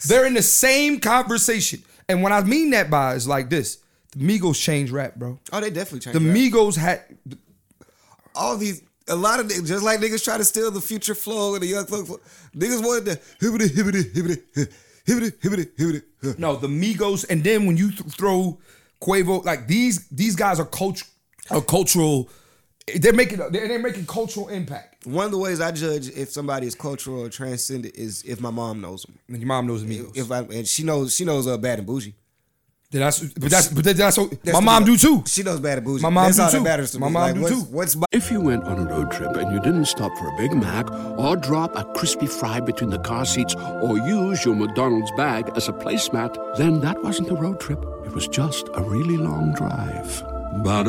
Speaker 3: They're in the same conversation. And what I mean that by is like this. The Migos changed rap, bro.
Speaker 4: Oh, they definitely
Speaker 3: The
Speaker 4: changed. that.
Speaker 3: Migos had
Speaker 4: all these a lot of niggas, just like niggas try to steal the future flow and the young flow. flow. Niggas wanted the hibbity hibbity hibbity huh, hibbity hibbity hibbity. huh.
Speaker 3: no the Migos, and then when you th- throw Quavo, like these these guys are culture, are cultural. They're making they're, they're making cultural impact.
Speaker 4: One of the ways I judge if somebody is cultural or transcendent is if my mom knows them.
Speaker 3: And your mom knows the Migos.
Speaker 4: If I and she knows she knows uh, bad and bougie.
Speaker 3: Then that's but that's but that's what
Speaker 4: That's
Speaker 3: my
Speaker 4: the-
Speaker 3: mom do too.
Speaker 4: She knows bad and bougie.
Speaker 3: My mom
Speaker 4: That's
Speaker 3: do
Speaker 4: all that
Speaker 3: too.
Speaker 4: matters to
Speaker 3: My
Speaker 4: me.
Speaker 3: mom
Speaker 4: like,
Speaker 3: do
Speaker 4: what's,
Speaker 3: too.
Speaker 4: What's
Speaker 1: If you went on a road trip and you didn't stop for a Big Mac or drop a crispy fry between the car seats or use your McDonald's bag as a placemat, then that wasn't a road trip. It was just a really long drive.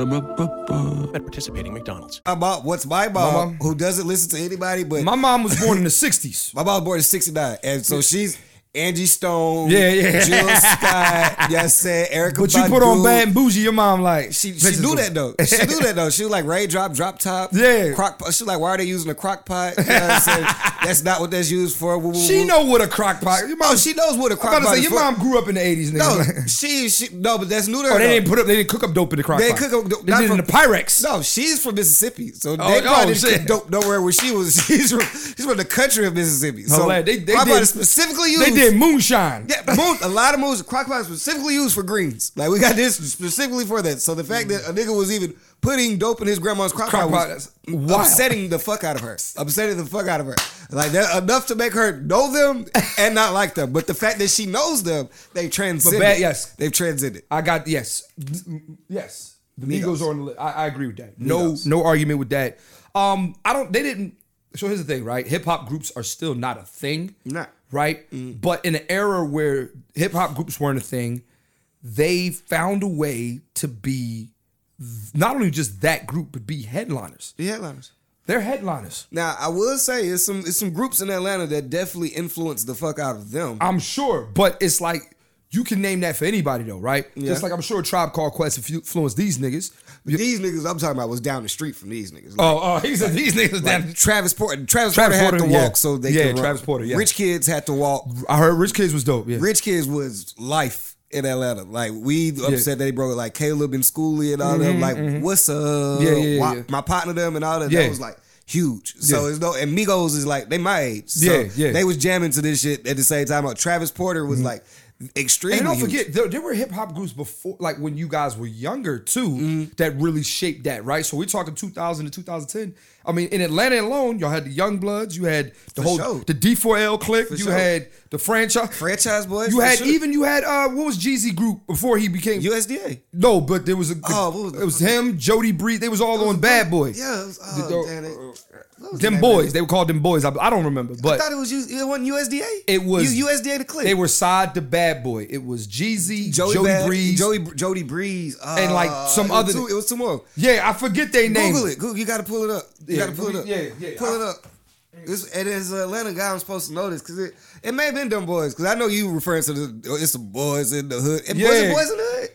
Speaker 1: Ba-da-ba-ba-ba.
Speaker 5: at participating McDonald's.
Speaker 4: my mom? What's my mom?
Speaker 3: mom.
Speaker 4: Who doesn't listen to anybody? But
Speaker 3: My mom was born in the '60s.
Speaker 4: My mom was born in '69, and so she's Angie Stone,
Speaker 3: Yeah, yeah.
Speaker 4: Jill Scott, yes, said Erica.
Speaker 3: But you put on
Speaker 4: Badu.
Speaker 3: bad and bougie, your mom like
Speaker 4: She she knew that though. She knew that though. She was like Ray drop drop top.
Speaker 3: Yeah.
Speaker 4: crock. pot." She was like, why are they using a crock pot? You know what I'm saying? that's not what that's used for. Woo, woo,
Speaker 3: She
Speaker 4: woo.
Speaker 3: know what a crock pot. Your mom,
Speaker 4: Oh, she knows what a
Speaker 3: I'm
Speaker 4: crock
Speaker 3: about to
Speaker 4: pot
Speaker 3: say
Speaker 4: is
Speaker 3: your
Speaker 4: for.
Speaker 3: mom grew up in the '80s,
Speaker 4: No,
Speaker 3: nigga.
Speaker 4: she she no, but that's new to her.
Speaker 3: Oh, they
Speaker 4: though.
Speaker 3: didn't put up. They didn't cook up dope in the crock
Speaker 4: They
Speaker 3: pot.
Speaker 4: cook up dope-
Speaker 3: They
Speaker 4: not
Speaker 3: did it in the
Speaker 4: from-
Speaker 3: Pyrex.
Speaker 4: No, she's from Mississippi, so
Speaker 3: Oh,
Speaker 4: they
Speaker 3: oh,
Speaker 4: probably didn't
Speaker 3: shit.
Speaker 4: cook dope nowhere where she was. She's from she's from the country of Mississippi. So
Speaker 3: Hilarious. Oh, They- they
Speaker 4: crock pot
Speaker 3: did-
Speaker 4: is specifically used.
Speaker 3: they did moonshine.
Speaker 4: Yeah, moon, a lot of moons. Crock pot is specifically used for greens. Like we got this specifically for that. So the fact that a nigga was even putting dope in his grandma's crock,
Speaker 3: Crock
Speaker 4: pot
Speaker 3: pot
Speaker 4: was
Speaker 3: is wild.
Speaker 4: upsetting the fuck out of her. Upsetting the fuck out of her. Like that enough to make her know them and not like them. But the fact that she knows them, they transcended.
Speaker 3: bad- yes.
Speaker 4: they've transcended.
Speaker 3: I got yes, yes. The Migos,
Speaker 4: Migos.
Speaker 3: are on the list. I, I agree with that. No,
Speaker 4: Migos.
Speaker 3: no argument with that. Um, I don't. They didn't. So here's the thing, right? Hip hop groups are still not a thing,
Speaker 4: Nah. Mm.
Speaker 3: right? But in an era where hip hop groups weren't a thing, they found a way to be th- not only just that group, but be headliners.
Speaker 4: The headliners.
Speaker 3: They're headliners.
Speaker 4: Now I will say it's some it's some groups in Atlanta that definitely influenced the fuck out of them.
Speaker 3: I'm sure, but it's like you can name that for anybody though, right? Just like I'm sure Tribe Called Quest influ- influenced these niggas.
Speaker 4: these niggas I'm talking about was down the street from these niggas.
Speaker 3: Oh, oh, he said these niggas
Speaker 4: Like,
Speaker 3: down
Speaker 4: Travis Porter. Travis,
Speaker 3: Travis
Speaker 4: Porter had
Speaker 3: Porter,
Speaker 4: to walk,
Speaker 3: yeah.
Speaker 4: so they
Speaker 3: Yeah,
Speaker 4: could run.
Speaker 3: Travis Porter, yeah.
Speaker 4: Rich kids had to walk.
Speaker 3: I heard Rich Kids was dope. Yeah.
Speaker 4: Rich kids was life in Atlanta. Like we upset that they broke like Caleb and Schooley and all them. Like what's up?
Speaker 3: Mm-hmm, Yeah, yeah,
Speaker 4: Wop-
Speaker 3: yeah.
Speaker 4: My partner them and all that. That
Speaker 3: Yeah.
Speaker 4: was like huge. So
Speaker 3: Yeah.
Speaker 4: it's no and Migos is like they my age. So
Speaker 3: Yeah, yeah. Mm-hmm.
Speaker 4: They was jamming to this shit at the same time. Like, Travis Porter was like extremely.
Speaker 3: and don't
Speaker 4: huge.
Speaker 3: forget, there, there were hip hop groups before, like when you guys were younger too,
Speaker 4: Mm-hmm.
Speaker 3: that really shaped that, right? So we're talking 2000 to 2010. I mean, in Atlanta alone, y'all had the Young Bloods, you had the whole
Speaker 4: sure.
Speaker 3: the D4L clique, you
Speaker 4: sure.
Speaker 3: had the franchise,
Speaker 4: franchise boys.
Speaker 3: you
Speaker 4: for
Speaker 3: had
Speaker 4: sure.
Speaker 3: even you had uh what was Jeezy group before he became
Speaker 4: USDA.
Speaker 3: no, but there was a
Speaker 4: Oh, what was the-
Speaker 3: it was him, Jody Breed, they was all on Bad Boy.
Speaker 4: Yeah. It was,
Speaker 3: The-
Speaker 4: oh,
Speaker 3: the-
Speaker 4: damn it. What was the
Speaker 3: them
Speaker 4: name
Speaker 3: boys,
Speaker 4: of it?
Speaker 3: they were called them boys. I, I don't remember, but
Speaker 4: I thought it was U- it wasn't USDA.
Speaker 3: It was-
Speaker 4: U- USDA to click.
Speaker 3: They were side to Bad Boy. It was Jeezy,
Speaker 4: Joey,
Speaker 3: Jody,
Speaker 4: Bad-
Speaker 3: Breeze.
Speaker 4: Joey Br- Jody Breeze, uh,
Speaker 3: And, like, some
Speaker 4: it was
Speaker 3: other-
Speaker 4: Two, it was two more.
Speaker 3: Yeah, I forget their name.
Speaker 4: Google it. Google, you got to pull it up. You
Speaker 3: Yeah,
Speaker 4: got to pull it up.
Speaker 3: yeah, yeah.
Speaker 4: Pull it up. It's, and as an Atlanta guy, I'm supposed to know this because it, it may have been them boys because I know you referring to the oh, it's some boys in the hood. And boys, and
Speaker 3: Yeah.
Speaker 4: boys in the hood.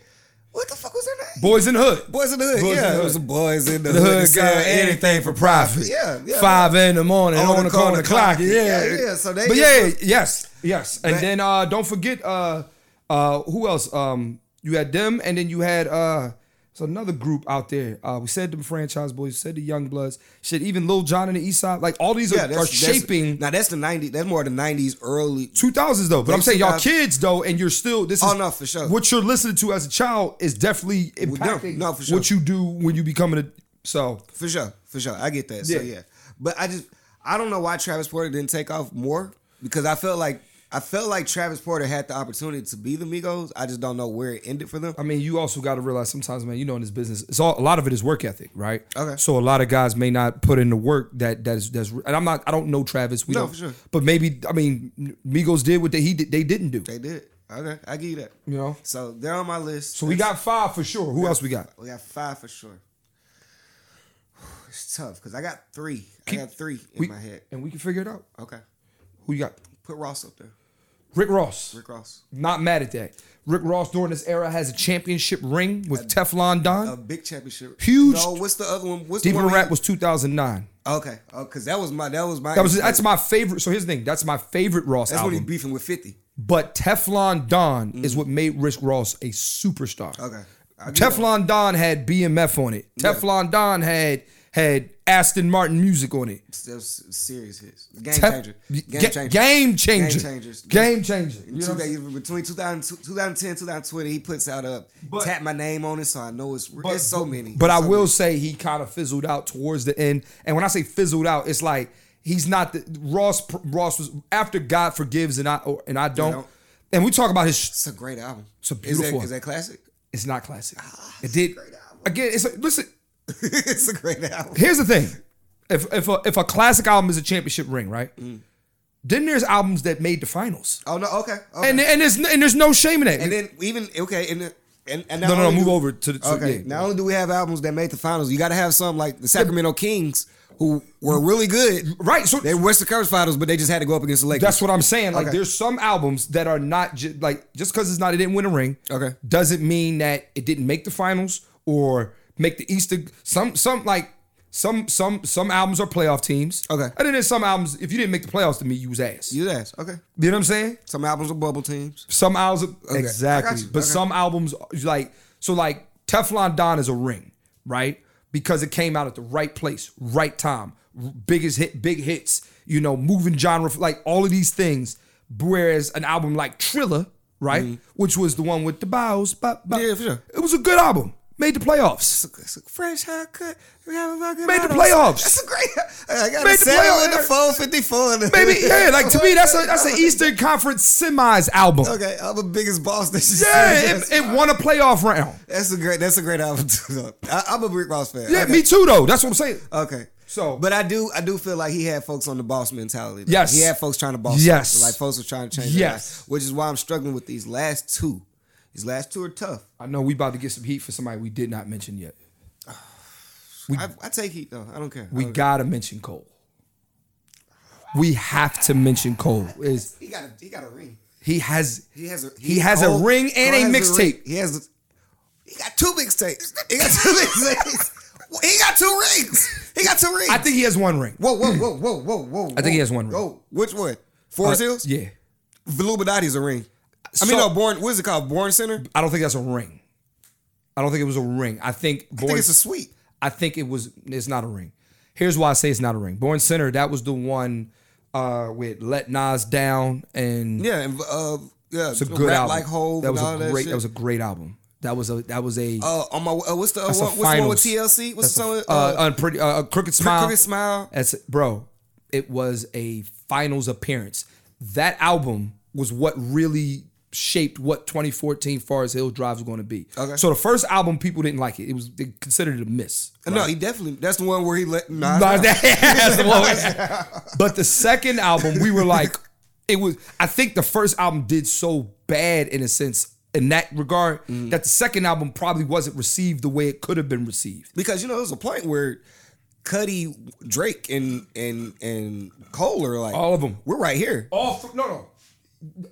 Speaker 4: What the fuck was their name?
Speaker 3: Boys in the Hood.
Speaker 4: Boys in the hood.
Speaker 3: Boys in
Speaker 4: yeah,
Speaker 3: the
Speaker 4: it
Speaker 3: Hood.
Speaker 4: was some boys in the,
Speaker 3: The
Speaker 4: hood.
Speaker 3: hood
Speaker 4: that
Speaker 3: got
Speaker 4: said
Speaker 3: anything for profit.
Speaker 4: Yeah, yeah.
Speaker 3: Five in the morning
Speaker 4: On
Speaker 3: on,
Speaker 4: the
Speaker 3: the corner
Speaker 4: corner
Speaker 3: clock.
Speaker 4: clock.
Speaker 3: Yeah.
Speaker 4: Yeah, yeah, so they
Speaker 3: but yeah,
Speaker 4: just-
Speaker 3: yes, yes. And
Speaker 4: But-
Speaker 3: then uh, don't forget uh, uh, who else? Um, you had them, and then you had uh, it's another group out there. Uh, we said them franchise boys, we said the Young Bloods, shit. Even Lil Jon and the East Side, like all these
Speaker 4: Yeah,
Speaker 3: are,
Speaker 4: that's,
Speaker 3: are shaping.
Speaker 4: That's, now that's the '90s. That's more the '90s early.
Speaker 3: 2000s though, but I'm
Speaker 4: Late
Speaker 3: saying y'all
Speaker 4: 2000s.
Speaker 3: kids though, and you're still this.
Speaker 4: Oh,
Speaker 3: is,
Speaker 4: no, for sure.
Speaker 3: What you're listening to as a child is definitely impacting
Speaker 4: no, for sure.
Speaker 3: what you do when you become an. ad- So
Speaker 4: For sure, for sure, I get that. So
Speaker 3: Yeah.
Speaker 4: yeah, but I just I don't know why Travis Porter didn't take off more because I felt like I felt like Travis Porter had the opportunity to be the Migos. I just don't know where it ended for them.
Speaker 3: I mean, you also got to realize sometimes, man. You know, in this business, it's all a lot of it is work ethic, right?
Speaker 4: Okay.
Speaker 3: So a lot of guys may not put in the work that that is that's. And I'm not. I don't know Travis. We
Speaker 4: No,
Speaker 3: don't,
Speaker 4: for sure.
Speaker 3: But maybe I mean, Migos did what they, he did, they didn't do.
Speaker 4: They did. Okay, I give you that.
Speaker 3: You know.
Speaker 4: So they're on my list.
Speaker 3: So we got five for sure. Who else we got?
Speaker 4: we got five for sure. It's tough because I got three.
Speaker 3: Keep-
Speaker 4: I got three in
Speaker 3: We-
Speaker 4: my head.
Speaker 3: and we can figure it out.
Speaker 4: Okay,
Speaker 3: Who you got?
Speaker 4: put Ross up there.
Speaker 3: Rick Ross.
Speaker 4: Rick Ross,
Speaker 3: Not mad at that. Rick Ross during this era has a championship ring
Speaker 4: Uh,
Speaker 3: with Teflon Don.
Speaker 4: a big championship.
Speaker 3: Huge-
Speaker 4: No, what's the other one? What's
Speaker 3: Deep
Speaker 4: the
Speaker 3: in
Speaker 4: one
Speaker 3: the
Speaker 4: we-
Speaker 3: Rap was 2009.
Speaker 4: okay. Oh, because that was my that was my
Speaker 3: That was that's my favorite. So here's the thing. That's my favorite Ross
Speaker 4: that's when he
Speaker 3: album.
Speaker 4: beefing with Fifty.
Speaker 3: but Teflon Don is what made Rick Ross a superstar.
Speaker 4: Okay. I get
Speaker 3: Teflon Don had BMF on it. Teflon Don had had Aston Martin music on it.
Speaker 4: That's serious hits. Game
Speaker 3: Tef-
Speaker 4: changer.
Speaker 3: Ga-
Speaker 4: Game changer.
Speaker 3: Game changer.
Speaker 4: Game changers.
Speaker 3: Game changer. You know what I'm
Speaker 4: Two days, between 2000, 2010 2020, he puts out a tap my name on it, so I know it's it's so many.
Speaker 3: But I
Speaker 4: So
Speaker 3: will say he kind of fizzled out towards the end. And when I say fizzled out, it's like he's not the Ross. Ross was after God forgives and I or- and I don't.
Speaker 4: don't.
Speaker 3: And we talk about his.
Speaker 4: It's a great album.
Speaker 3: It's a
Speaker 4: Is
Speaker 3: beautiful-
Speaker 4: that, is that classic?
Speaker 3: It's not classic.
Speaker 4: Ah,
Speaker 3: It did again. It's like, listen.
Speaker 4: it's a great album.
Speaker 3: Here's the thing. If if a, if a classic album is a championship ring, right?
Speaker 4: Mm.
Speaker 3: Then there's albums that made the finals,
Speaker 4: Oh no, okay. okay.
Speaker 3: and and there's and there's no shame in that.
Speaker 4: And then even okay, and then- and, and
Speaker 3: no,
Speaker 4: not
Speaker 3: no, no.
Speaker 4: only
Speaker 3: Move
Speaker 4: do-
Speaker 3: over to the to,
Speaker 4: Okay.
Speaker 3: yeah.
Speaker 4: Not only do we have albums that made the finals, you got to have some like the Sacramento Kings who were really good.
Speaker 3: right. So
Speaker 4: They were Western Conference Finals, but they just had to go up against the Lakers.
Speaker 3: That's what I'm saying. Like,
Speaker 4: Okay.
Speaker 3: there's some albums that are not ju- like just because it's not it didn't win a ring.
Speaker 4: Okay.
Speaker 3: doesn't mean that it didn't make the finals or make the Easter. Some some like some some some albums are playoff teams.
Speaker 4: Okay.
Speaker 3: and then there's some albums if you didn't make the playoffs to me, you was ass. You,
Speaker 4: you asked. Okay.
Speaker 3: know what I'm saying?
Speaker 4: Some albums are bubble teams.
Speaker 3: Some albums
Speaker 4: I
Speaker 3: exactly,
Speaker 4: got you.
Speaker 3: but
Speaker 4: Okay.
Speaker 3: some albums like so like Teflon Don is a ring, right? Because it came out at the right place, right time, r- biggest hit, big hits, you know, moving genre, like all of these things. Whereas an album like Triller, right, which was the one with the bows, bop, bop,
Speaker 4: Mm-hmm. Yeah, for sure.
Speaker 3: it was a good album, made the playoffs.
Speaker 4: It's a fresh haircut. We have a fucking
Speaker 3: Made the
Speaker 4: auto.
Speaker 3: playoffs.
Speaker 4: That's a great. I got
Speaker 3: Made the
Speaker 4: a seven in the
Speaker 3: playoffs.
Speaker 4: four fifty four.
Speaker 3: Maybe yeah, like to me that's a that's an Eastern Conference semis album.
Speaker 4: Okay, I'm the biggest boss that you
Speaker 3: Yeah, it, it won a playoff round.
Speaker 4: That's a great. That's a great album. too, though. I, I'm a Rick Ross fan.
Speaker 3: Yeah,
Speaker 4: okay.
Speaker 3: me too though. That's what I'm saying.
Speaker 4: Okay.
Speaker 3: So-
Speaker 4: but I do, I do feel like he had folks on the boss mentality. though.
Speaker 3: Yes.
Speaker 4: he had folks trying to boss.
Speaker 3: Yes.
Speaker 4: him. like folks were trying to change. their
Speaker 3: Yes.
Speaker 4: life, which is why I'm struggling with these last two. These last two are tough.
Speaker 3: I know we about to get some heat for somebody we did not mention yet.
Speaker 4: I, I take heat though. I don't care.
Speaker 3: We gotta mention Cole. We have to mention Cole. Is
Speaker 4: he got a, he got a ring.
Speaker 3: he has
Speaker 4: He has a
Speaker 3: he, has a
Speaker 4: Cole-
Speaker 3: ring and
Speaker 4: Cole
Speaker 3: a
Speaker 4: has ring.
Speaker 3: mixtape.
Speaker 4: He has he got two mixtapes. He got two mixtapes. he got two rings. He got two rings.
Speaker 3: I think he has one ring.
Speaker 4: Whoa, whoa, whoa, whoa, whoa, whoa.
Speaker 3: I think he has one ring.
Speaker 4: Whoa, which one? Forest
Speaker 3: Uh,
Speaker 4: Hills.
Speaker 3: Yeah.
Speaker 4: Illuminati's a ring. I
Speaker 3: So-
Speaker 4: mean, no, born. What is it called? Born Center.
Speaker 3: I don't think that's a ring. I don't think it was a ring. I think Born,
Speaker 4: I
Speaker 3: I
Speaker 4: think
Speaker 3: think,
Speaker 4: it's a suite.
Speaker 3: it was it's not a ring. Here's why I say it's not a ring. Born Center, that was the one uh with Let Nas Down and
Speaker 4: Yeah, and uh, yeah,
Speaker 3: it's a good
Speaker 4: rap
Speaker 3: album.
Speaker 4: like Hove.
Speaker 3: that was
Speaker 4: and all
Speaker 3: a great
Speaker 4: That,
Speaker 3: that was a great album. That was a that was a
Speaker 4: Uh, on my uh, what's the uh,
Speaker 3: That's a
Speaker 4: one, what's the one with
Speaker 3: finals.
Speaker 4: TLC? What's the song? with,
Speaker 3: uh,
Speaker 4: Uh,
Speaker 3: unpretty, uh, a crooked smile.
Speaker 4: Crooked Smile.
Speaker 3: That's bro. It was a finals appearance. That album was what really shaped what 2014 Forest Hill Drive was going to be.
Speaker 4: Okay.
Speaker 3: So the first album, people didn't like it. It was they considered it a miss.
Speaker 4: No, he definitely. That's the one where he let. Nah,
Speaker 3: Nah, that's the one. but the second album, we were like, it was. I think the first album did so bad in a sense in that regard
Speaker 4: Mm.
Speaker 3: that the second album probably wasn't received the way it could have been received.
Speaker 4: because you know there was a point where Cuddy, Drake, and and and Cole are like
Speaker 3: All of 'em.
Speaker 4: We're right here.
Speaker 3: All no no,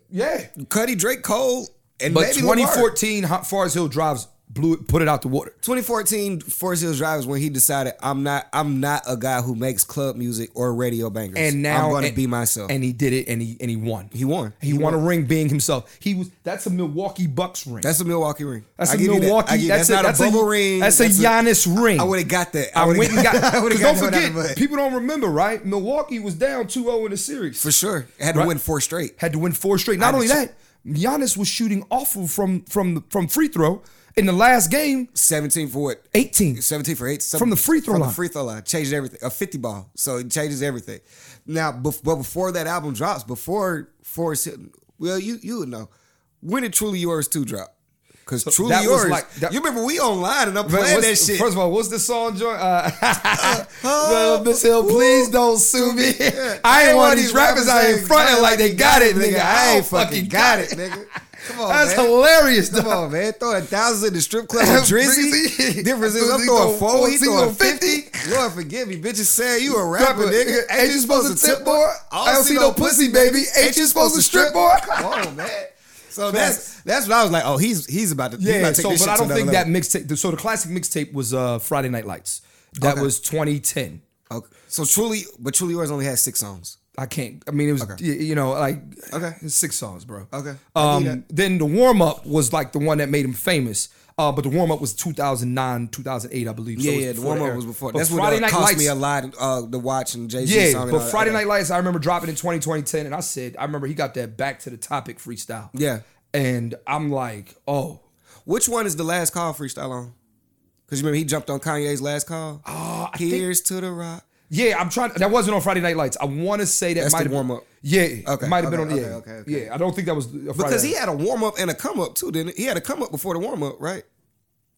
Speaker 3: yeah.
Speaker 4: Cuddy, Drake, Cole, and
Speaker 3: But
Speaker 4: maybe Lamar.
Speaker 3: 2014 Hot Forest Hill drives blew it, put it out the water.
Speaker 4: 2014 Forest Hills Drive is when he decided I'm not I'm not a guy who makes club music or radio bangers.
Speaker 3: And now
Speaker 4: I'm gonna
Speaker 3: and-
Speaker 4: be myself.
Speaker 3: And he did it, and he and he won.
Speaker 4: he won.
Speaker 3: He, won, a ring being himself. He was that's a Milwaukee Bucks ring.
Speaker 4: That's a Milwaukee ring.
Speaker 3: That's
Speaker 4: I
Speaker 3: a
Speaker 4: give you that.
Speaker 3: Milwaukee.
Speaker 4: I give you-
Speaker 3: That's, a,
Speaker 4: not
Speaker 3: that's
Speaker 4: a bubble
Speaker 3: a,
Speaker 4: ring.
Speaker 3: That's, a Giannis ring.
Speaker 4: I would have got that.
Speaker 3: I
Speaker 4: would've
Speaker 3: went and
Speaker 4: got-
Speaker 3: got.
Speaker 4: I
Speaker 3: Because
Speaker 4: would've
Speaker 3: don't
Speaker 4: got that out of
Speaker 3: forget,
Speaker 4: the mud.
Speaker 3: people don't remember, right? Milwaukee was down 2-0 in the series.
Speaker 4: for sure had to
Speaker 3: Right.
Speaker 4: win four straight.
Speaker 3: Had to win four straight. Not
Speaker 4: to
Speaker 3: only
Speaker 4: ch-
Speaker 3: that, Giannis was shooting awful from from from free throw, In the last game,
Speaker 4: 17 for what?
Speaker 3: 18.
Speaker 4: 17 for 8. something-
Speaker 3: From the free throw
Speaker 4: from
Speaker 3: line.
Speaker 4: the free throw line. Changes everything. A 50 ball. So it changes everything. Now, bef- but before that album drops, before Forest Hill, well, you you would know. When did Truly Yours 2 drop? Because Truly
Speaker 3: that was
Speaker 4: Yours,
Speaker 3: like- that-
Speaker 4: you remember we online and I'm
Speaker 3: Man,
Speaker 4: playing that
Speaker 3: what's-
Speaker 4: shit. Oh,
Speaker 3: First of all, what's the song joint? Uh,
Speaker 4: uh,
Speaker 3: well, Miss Hill, please don't sue me. I ain't one of these rappers out here fronting like they got it, nigga. I ain't fucking got it.
Speaker 4: nigga. Come on,
Speaker 3: That's
Speaker 4: man.
Speaker 3: hilarious,
Speaker 4: Come
Speaker 3: though.
Speaker 4: on, man. Throwing thousands in the strip club with Drizzy.
Speaker 3: Drizzy.
Speaker 4: Difference is I'm
Speaker 3: He
Speaker 4: throwing
Speaker 3: throwing
Speaker 4: four, he
Speaker 3: 14,
Speaker 4: throwing
Speaker 3: he throwing
Speaker 4: 50. Lord forgive me. Bitches saying you a rapper,
Speaker 3: Rapper,
Speaker 4: nigga.
Speaker 3: nigga. Ain't you supposed to tip, boy? I don't see no pussy, baby. Ain't you supposed to strip, boy?
Speaker 4: Come on, man. So
Speaker 3: Facts.
Speaker 4: that's that's what I was like. Oh, he's he's about to. he's
Speaker 3: Yeah,
Speaker 4: about to take
Speaker 3: so but
Speaker 4: this shit
Speaker 3: I
Speaker 4: to
Speaker 3: don't think
Speaker 4: another
Speaker 3: that mixtape. So the classic mixtape was uh, Friday Night Lights. That
Speaker 4: Okay.
Speaker 3: was 2010.
Speaker 4: level. Okay. So truly, but truly yours only had six songs.
Speaker 3: I can't. I mean, it was y you know like
Speaker 4: Okay.
Speaker 3: it's six songs, bro.
Speaker 4: Okay. I do
Speaker 3: Um. Then the warm up was like the one that made him famous. Uh, but the warm up was 2009, 2008, I believe.
Speaker 4: Yeah,
Speaker 3: it
Speaker 4: yeah. The
Speaker 3: before
Speaker 4: warm up
Speaker 3: era.
Speaker 4: was before.
Speaker 3: But
Speaker 4: That's
Speaker 3: Friday
Speaker 4: what uh,
Speaker 3: Night
Speaker 4: cost
Speaker 3: Lights.
Speaker 4: me a lot. Uh, the watch and Jay Z song.
Speaker 3: yeah,
Speaker 4: and all
Speaker 3: but
Speaker 4: that.
Speaker 3: Friday Night Lights, I remember dropping in 2020, 10, and I said, I remember he got that back to the topic freestyle.
Speaker 4: Yeah.
Speaker 3: And I'm like, oh,
Speaker 4: Which one is the last call freestyle on? Because you remember he jumped on Kanye's last call.
Speaker 3: Ah,
Speaker 4: Oh, here's to the rock.
Speaker 3: Yeah, I'm trying. That wasn't on Friday Night Lights. I want to say that
Speaker 4: That's
Speaker 3: might
Speaker 4: the
Speaker 3: have
Speaker 4: warm-up.
Speaker 3: Yeah, okay, might have been on.
Speaker 4: okay,
Speaker 3: Yeah,
Speaker 4: okay, okay, okay.
Speaker 3: yeah. I don't think that was a Friday
Speaker 4: Because he
Speaker 3: Night-
Speaker 4: had a warm up and a come up too, didn't he? He had a come up before the warm up, right?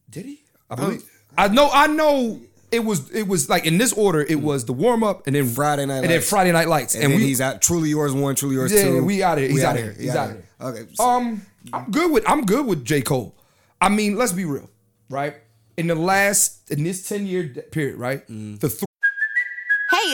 Speaker 3: did he. I believe. I know. I know. It was. It was like in this order. It was the warm up and then
Speaker 4: Friday Night
Speaker 3: and then
Speaker 4: Lights.
Speaker 3: Friday Night Lights
Speaker 4: Mm. And, then he's out. Truly yours one, truly yours
Speaker 3: Yeah,
Speaker 4: two.
Speaker 3: we outta here. He's
Speaker 4: We
Speaker 3: outta
Speaker 4: outta
Speaker 3: here.
Speaker 4: We
Speaker 3: He's
Speaker 4: outta
Speaker 3: outta
Speaker 4: here. Okay. so-
Speaker 3: Um, I'm good with I'm good with J Cole. I mean, let's be real, right? In the last in this ten year period, right?
Speaker 4: Mm.
Speaker 3: The three
Speaker 5: Hey,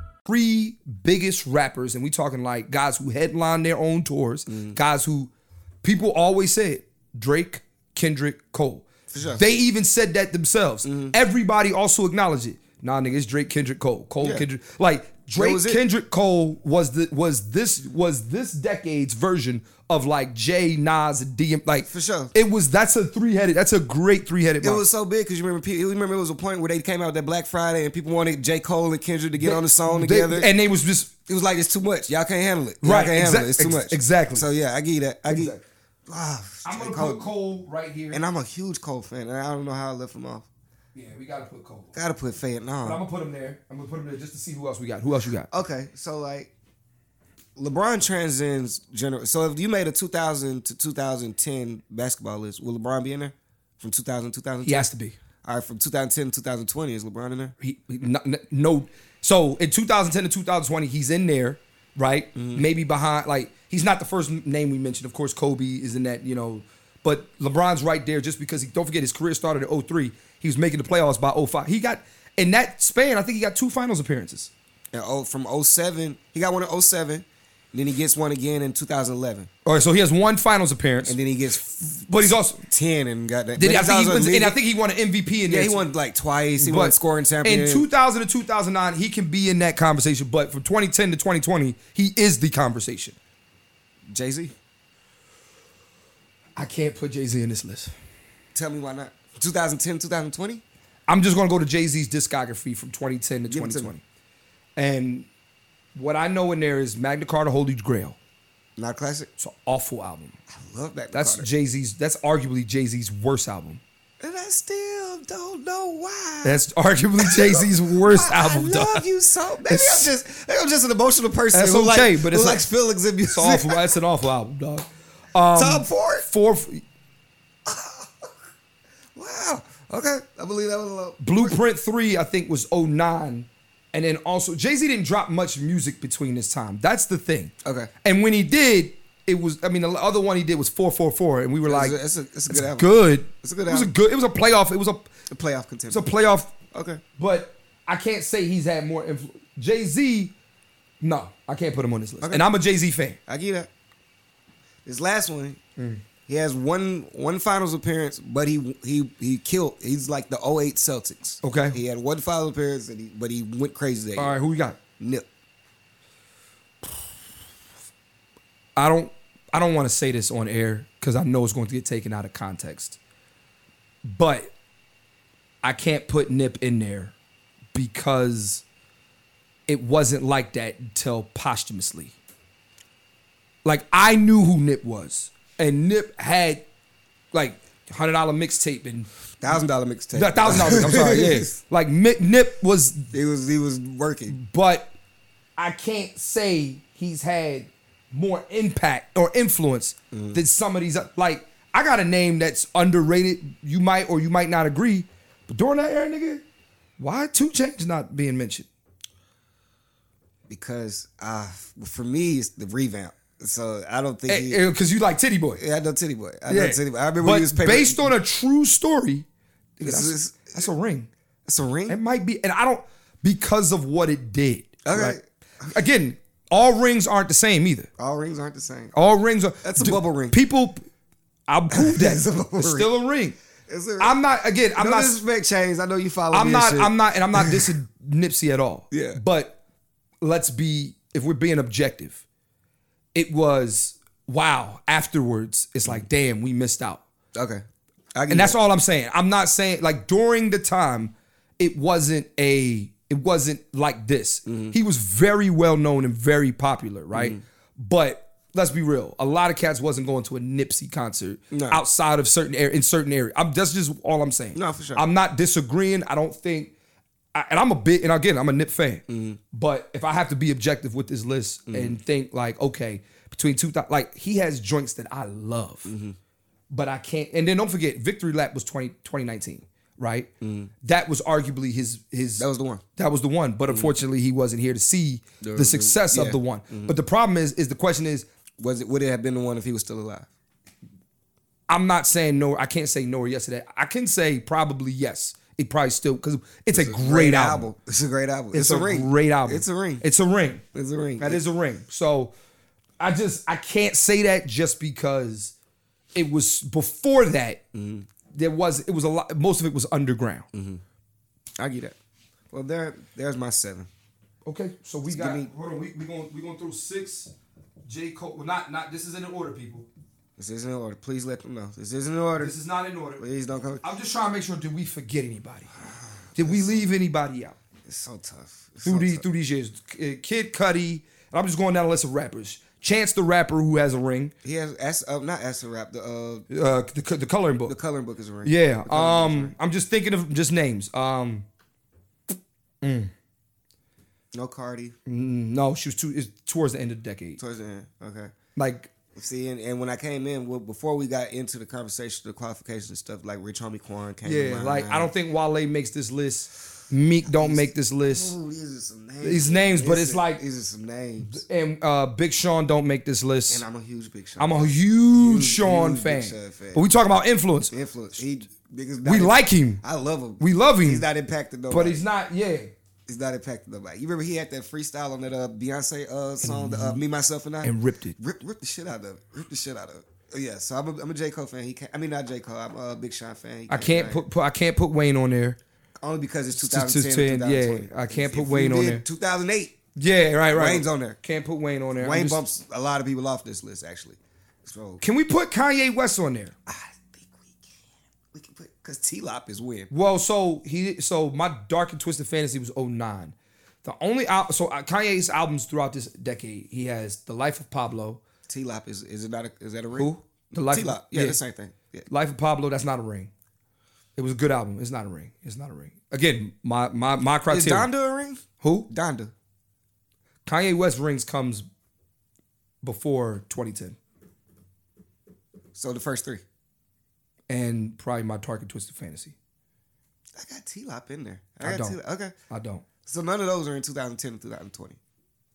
Speaker 3: three biggest rappers, and we talking like guys who headline their own tours,
Speaker 4: Mm.
Speaker 3: guys who people always said Drake, Kendrick, Cole. They even said that themselves.
Speaker 4: Mm-hmm.
Speaker 3: Everybody also acknowledged it. Nah, nigga, it's Drake, Kendrick, Cole, Cole, Kendrick. Like Drake,
Speaker 4: was it.
Speaker 3: Kendrick, Cole was the was this was this decade's version of like Jay, Nas, and DM. Like for
Speaker 4: sure.
Speaker 3: it was that's a three headed. That's a great three headed.
Speaker 4: It was so big because you remember. pe- You remember it was a point where they came out with that Black Friday and people wanted J Cole and Kendrick to get on the song together.
Speaker 3: and they was just
Speaker 4: it was like it's too much. Y'all can't handle it. Y'all
Speaker 3: Right,
Speaker 4: Can't handle
Speaker 3: exact-
Speaker 4: it. It's too
Speaker 3: ex-
Speaker 4: much.
Speaker 3: exactly.
Speaker 4: So yeah, I give you that. I give.
Speaker 3: Exactly.
Speaker 4: Ah,
Speaker 3: I'm
Speaker 4: J.
Speaker 3: gonna
Speaker 4: Cole.
Speaker 3: put Cole right here.
Speaker 4: And I'm a huge Cole fan, and I don't know how I left him off.
Speaker 3: yeah, we gotta put Cole.
Speaker 4: Gotta put Fayette
Speaker 3: But I'm
Speaker 4: on.
Speaker 3: gonna put him there. I'm gonna put him there just to see who else we got. Who else you got?
Speaker 4: Okay, so like, LeBron transcends general. So if you made a 2000 to 2010 basketball list, will LeBron be in there? From 2000 to 2010?
Speaker 3: He has to be.
Speaker 4: All right, from 2010 to 2020, is LeBron in there?
Speaker 3: He, he- no, no- no. So in 2010 to 2020, he's in there, right?
Speaker 4: Mm-hmm.
Speaker 3: Maybe behind. Like he's not the first name we mentioned. Of course, Kobe is in that. You know, but LeBron's right there just because. He, don't forget his career started at 03. He was making the playoffs by 05. He got in that span. I think he got two finals appearances.
Speaker 4: And oh, from 07, he got one in 07, and then he gets one again in 2011.
Speaker 3: All right, so he has one finals appearance,
Speaker 4: And then he gets
Speaker 3: but he's also.
Speaker 4: 10 and got that.
Speaker 3: Did,
Speaker 4: but
Speaker 3: I
Speaker 4: he's
Speaker 3: think he
Speaker 4: also
Speaker 3: wins, and
Speaker 4: leading-
Speaker 3: I think he won an MVP in
Speaker 4: yeah,
Speaker 3: there.
Speaker 4: he
Speaker 3: too.
Speaker 4: won like twice. He won
Speaker 3: But
Speaker 4: scoring champion.
Speaker 3: In 2000 to 2009, he can be in that conversation. But from 2010 to 2020, he is the conversation.
Speaker 4: Jay Z,
Speaker 3: I can't put Jay Z in this list.
Speaker 4: tell me why not? 2010, 2020?
Speaker 3: I'm just gonna go to Jay Z's discography from 2010 to
Speaker 4: Give it to
Speaker 3: 2020,
Speaker 4: me.
Speaker 3: and what I know in there is Magna Carta, Holy Grail.
Speaker 4: Not a classic.
Speaker 3: It's an awful album.
Speaker 4: Love that.
Speaker 3: That's
Speaker 4: Carter.
Speaker 3: Jay Z's. That's arguably Jay Z's worst album.
Speaker 4: and I still don't know why.
Speaker 3: That's arguably Jay Z's worst
Speaker 4: I,
Speaker 3: album.
Speaker 4: I
Speaker 3: dog.
Speaker 4: love you so. Maybe I'm
Speaker 3: It's-
Speaker 4: just maybe I'm just an emotional person.
Speaker 3: That's
Speaker 4: who
Speaker 3: okay,
Speaker 4: like,
Speaker 3: but
Speaker 4: who
Speaker 3: it's
Speaker 4: likes
Speaker 3: like-
Speaker 4: feelings in music.
Speaker 3: It's um, awful. That's an awful album, dog.
Speaker 4: Top four.
Speaker 3: Four
Speaker 4: Wow. Okay, I believe that was a little.
Speaker 3: Blueprint 3, I think, was 09. And then also, Jay Z didn't drop much music between this time. That's the thing.
Speaker 4: Okay.
Speaker 3: And when he did, it was, I mean, the other one he did was 444. And we were like,
Speaker 4: a- it's a- it's a good album.
Speaker 3: good.
Speaker 4: It's a good
Speaker 3: It was a
Speaker 4: album.
Speaker 3: good, it was a playoff. It was a,
Speaker 4: The playoff
Speaker 3: it's a
Speaker 4: contender.
Speaker 3: playoff.
Speaker 4: Okay.
Speaker 3: But I can't say he's had more influence. Jay Z, no, I can't put him on this list. And I'm a Jay Z fan. Mm.
Speaker 4: I get that. This last one, He has one one finals appearance, but he he he killed. He's like the 08 Celtics.
Speaker 3: Okay.
Speaker 4: He had one final appearance, and he, but he went crazy that
Speaker 3: All
Speaker 4: year.
Speaker 3: right, who we got?
Speaker 4: Nip.
Speaker 3: I don't I don't want to say this on air because I know it's going to get taken out of context. But I can't put Nip in there because it wasn't like that until posthumously. Like I knew who Nip was. And Nip had like hundred dollar mixtape and
Speaker 4: Thousand dollar mixtape.
Speaker 3: thousand dollars. I'm sorry, yeah. Like Mi- Nip was
Speaker 4: He was he was working.
Speaker 3: but I can't say he's had more impact or influence
Speaker 4: Mm.
Speaker 3: than some of these. uh, Like I got a name that's underrated. You might or you might not agree, but during that era, nigga, why two chains not being mentioned?
Speaker 4: because uh, for me it's the revamp. So I don't think he,
Speaker 3: Because Eh, you like Titty Boy.
Speaker 4: Yeah, I know Titty Boy. I know Titty Boy. I remember
Speaker 3: but
Speaker 4: when he was paper.
Speaker 3: based on a true story, nigga,
Speaker 4: This
Speaker 3: that's,
Speaker 4: is-
Speaker 3: that's a ring.
Speaker 4: it's a ring.
Speaker 3: It might be, and I don't because of what it did.
Speaker 4: Okay.
Speaker 3: Again, all rings aren't the same either.
Speaker 4: All rings aren't the same.
Speaker 3: All rings are.
Speaker 4: That's a bubble ring.
Speaker 3: People, I'll prove that.
Speaker 4: It's
Speaker 3: it's
Speaker 4: a bubble ring.
Speaker 3: still a ring.
Speaker 4: It's a-
Speaker 3: I'm not. Again, I'm
Speaker 4: no
Speaker 3: not.
Speaker 4: disrespect, Chains. I know you follow.
Speaker 3: I'm
Speaker 4: me and
Speaker 3: not.
Speaker 4: shit.
Speaker 3: I'm not. And I'm not dissing Nipsey at all.
Speaker 4: Yeah.
Speaker 3: But let's be. If we're being objective, it was wow. Afterwards, it's like damn, we missed out.
Speaker 4: Okay. I get
Speaker 3: And that's
Speaker 4: that.
Speaker 3: all I'm saying. I'm not saying like during the time, it wasn't a it wasn't like this.
Speaker 4: Mm-hmm.
Speaker 3: He was very well known and very popular, right?
Speaker 4: Mm-hmm.
Speaker 3: But let's be real, a lot of cats wasn't going to a Nipsey concert outside of certain area in certain area. I'm that's just all I'm saying.
Speaker 4: No, for sure.
Speaker 3: I'm not disagreeing. I don't think I, and I'm a bit, and again, I'm a Nip fan.
Speaker 4: Mm-hmm.
Speaker 3: But if I have to be objective with this list and think like, okay, between two, thou- like he has joints that I love,
Speaker 4: Mm-hmm.
Speaker 3: but I can't. And then don't forget, Victory Lap was 20, 2019, right? That was arguably his his.
Speaker 4: Mm-hmm. That was the one. Mm-hmm.
Speaker 3: That was the one. But unfortunately, he wasn't here to see the, success
Speaker 4: yeah. Mm-hmm.
Speaker 3: of the one. But the problem is, is the question is,
Speaker 4: Was it? Would it have been the one if he was still alive?
Speaker 3: I'm not saying no. I can't say no or yes to that. I can say probably yes. It probably still because it's, a great, album.
Speaker 4: It's a great album.
Speaker 3: It's, a,
Speaker 4: ring.
Speaker 3: great album.
Speaker 4: It's a ring.
Speaker 3: It's a ring.
Speaker 4: It's a ring.
Speaker 3: That is a ring. So I just I can't say that just because it was before that.
Speaker 4: Mm-hmm.
Speaker 3: There was it was a lot. Most of it was underground.
Speaker 4: I get that. Well, there, there's my seven.
Speaker 3: Okay, so we got.
Speaker 4: give me-
Speaker 3: hold on, we we going we going through six. J Cole. Well, not not. This is in order, people.
Speaker 4: This isn't in order. Please let them know. This isn't in order.
Speaker 3: This is not in order.
Speaker 4: Please don't come.
Speaker 3: I'm just trying to make sure. Did we forget anybody? Did we leave anybody out?
Speaker 4: It's so tough. It's so
Speaker 3: through these
Speaker 4: tough.
Speaker 3: through these years. K- Kid Cudi, and I'm just going down a list of rappers. Chance the Rapper, who has a ring,
Speaker 4: He has S uh, not S rap. The uh,
Speaker 3: uh, the, co- the coloring book.
Speaker 4: the coloring book is a ring.
Speaker 3: yeah, um, I'm just thinking of just names. Um,
Speaker 4: No Cardi.
Speaker 3: no, she was too, it's towards the end of the decade.
Speaker 4: Towards the end. Okay.
Speaker 3: Like,
Speaker 4: See, and, and when I came in, well, before we got into the conversation, the qualifications and stuff, like Rich Homie Quan came. to
Speaker 3: yeah,
Speaker 4: mind.
Speaker 3: like I don't think Wale makes this list. Meek don't make this list,
Speaker 4: Ooh, these are some names.
Speaker 3: These names, but
Speaker 4: These
Speaker 3: it's
Speaker 4: are-
Speaker 3: like-
Speaker 4: these are some names.
Speaker 3: and uh, Big Sean don't make this list.
Speaker 4: And I'm a huge Big Sean.
Speaker 3: I'm a huge
Speaker 4: Huge,
Speaker 3: Sean
Speaker 4: huge
Speaker 3: fan.
Speaker 4: Big Sean fan.
Speaker 3: But we talking about influence.
Speaker 4: influence. He because
Speaker 3: We like him.
Speaker 4: I love him.
Speaker 3: We love him.
Speaker 4: He's not impacted nobody.
Speaker 3: But he's not. Yeah,
Speaker 4: He's not impacted nobody. You remember he had that freestyle on that uh, Beyonce uh, song, the, uh, "Me Myself and I,"
Speaker 3: and ripped it.
Speaker 4: Rip, ripped the shit out of it. Ripped the shit out of it. Uh, Yeah, so I'm a, I'm a J Cole fan. He can't, I mean not J Cole. I'm a Big Sean fan. He
Speaker 3: I can't
Speaker 4: right.
Speaker 3: put, put I can't put Wayne on there.
Speaker 4: only because it's
Speaker 3: to
Speaker 4: 2010.
Speaker 3: 10,
Speaker 4: 2020.
Speaker 3: yeah, I can't
Speaker 4: If
Speaker 3: put
Speaker 4: you
Speaker 3: Wayne on
Speaker 4: did
Speaker 3: there.
Speaker 4: 2008.
Speaker 3: Yeah, right, right.
Speaker 4: Wayne's on there.
Speaker 3: Can't put Wayne on there. I'm
Speaker 4: Wayne
Speaker 3: just-
Speaker 4: bumps a lot of people off this list actually. So
Speaker 3: Can we put Kanye West on there?
Speaker 4: I think we can we can put because T Lop is weird.
Speaker 3: Well, so he so my dark and twisted fantasy was 09. The only al- so uh, Kanye's albums throughout this decade, he has The Life of Pablo,
Speaker 4: T Lop is is it not a, is that a ring?
Speaker 3: Who? The Life-
Speaker 4: T Lop. Yeah,
Speaker 3: yeah.
Speaker 4: the same thing. Yeah.
Speaker 3: Life of Pablo, that's not a ring. It was a good album. It's not a ring. It's not a ring. Again, my my my
Speaker 4: Is
Speaker 3: criteria.
Speaker 4: Donda a ring?
Speaker 3: Who?
Speaker 4: Donda.
Speaker 3: Kanye West rings comes before 2010
Speaker 4: So the first three.
Speaker 3: and probably my dark and twisted fantasy.
Speaker 4: I got T Lop in there. I,
Speaker 3: I
Speaker 4: got
Speaker 3: don't.
Speaker 4: T-Lop. Okay.
Speaker 3: I don't.
Speaker 4: So none of those are in 2010 and 2020.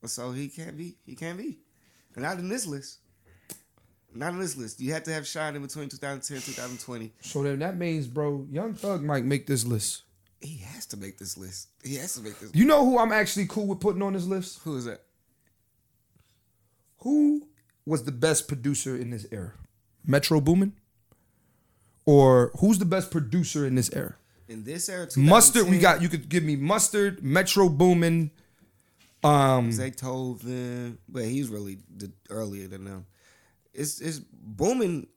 Speaker 4: So he can't be. He can't be. Not in this list. Not in this list. You had to have Shine in between 2010 and 2020.
Speaker 3: So then that means, bro, Young Thug might make this list.
Speaker 4: He has to make this list. He has to make this.
Speaker 3: You know who I'm actually cool with putting on this list?
Speaker 4: Who is that?
Speaker 3: Who was the best producer in this era? Metro Boomin? Or who's the best producer in this era?
Speaker 4: In this era,
Speaker 3: Mustard, we
Speaker 4: 2010,
Speaker 3: got. You could give me Mustard, Metro Boomin.
Speaker 4: They told them, but he's really the, earlier than them. It's it's booming.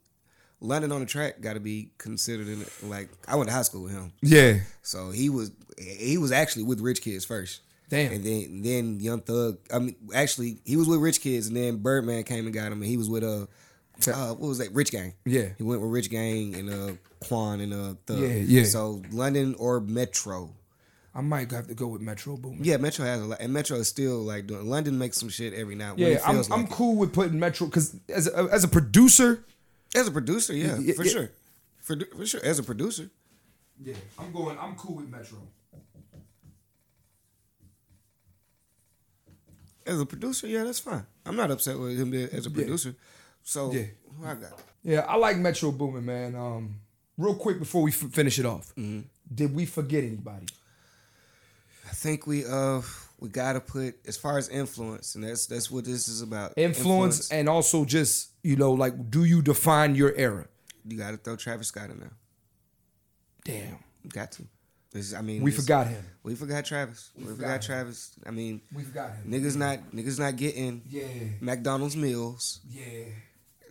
Speaker 4: London on the track got to be considered in it. Like I went to high school with him,
Speaker 3: Yeah,
Speaker 4: so he was he was actually with Rich Kids first.
Speaker 3: Damn.
Speaker 4: And then then Young Thug. I mean, actually he was with Rich Kids, and then Birdman came and got him, and he was with uh, uh what was that Rich Gang.
Speaker 3: Yeah.
Speaker 4: he went with Rich Gang and uh Quan and uh Thug.
Speaker 3: Yeah, yeah.
Speaker 4: So London or Metro.
Speaker 3: I might have to go with Metro Boomin.
Speaker 4: Yeah, Metro has a lot, and Metro is still like doing. London makes some shit every now. and
Speaker 3: Yeah,
Speaker 4: when it
Speaker 3: I'm,
Speaker 4: feels
Speaker 3: I'm
Speaker 4: like it.
Speaker 3: cool with putting Metro because as a, as a producer,
Speaker 4: As a producer, yeah,
Speaker 3: Yeah,
Speaker 4: for
Speaker 3: yeah.
Speaker 4: sure, for, for sure. As a producer,
Speaker 3: yeah, I'm going. I'm cool with Metro.
Speaker 4: as a producer, yeah, that's fine. I'm not upset with him being as a producer. So
Speaker 3: Yeah.
Speaker 4: who I got?
Speaker 3: Yeah, I like Metro Boomin, man. Um, real quick before we f- finish it off, did we forget anybody?
Speaker 4: I think we uh we gotta put as far as influence, and that's that's what this is about.
Speaker 3: Influence, and also just you know, like, do you define your era?
Speaker 4: you gotta throw Travis Scott in there.
Speaker 3: Damn,
Speaker 4: You got to. This- I mean,
Speaker 3: we
Speaker 4: this-
Speaker 3: forgot him.
Speaker 4: We forgot Travis. We, forgot, Travis. I mean,
Speaker 3: We forgot him.
Speaker 4: niggas not niggas not getting
Speaker 3: Yeah,
Speaker 4: McDonald's meals.
Speaker 3: yeah.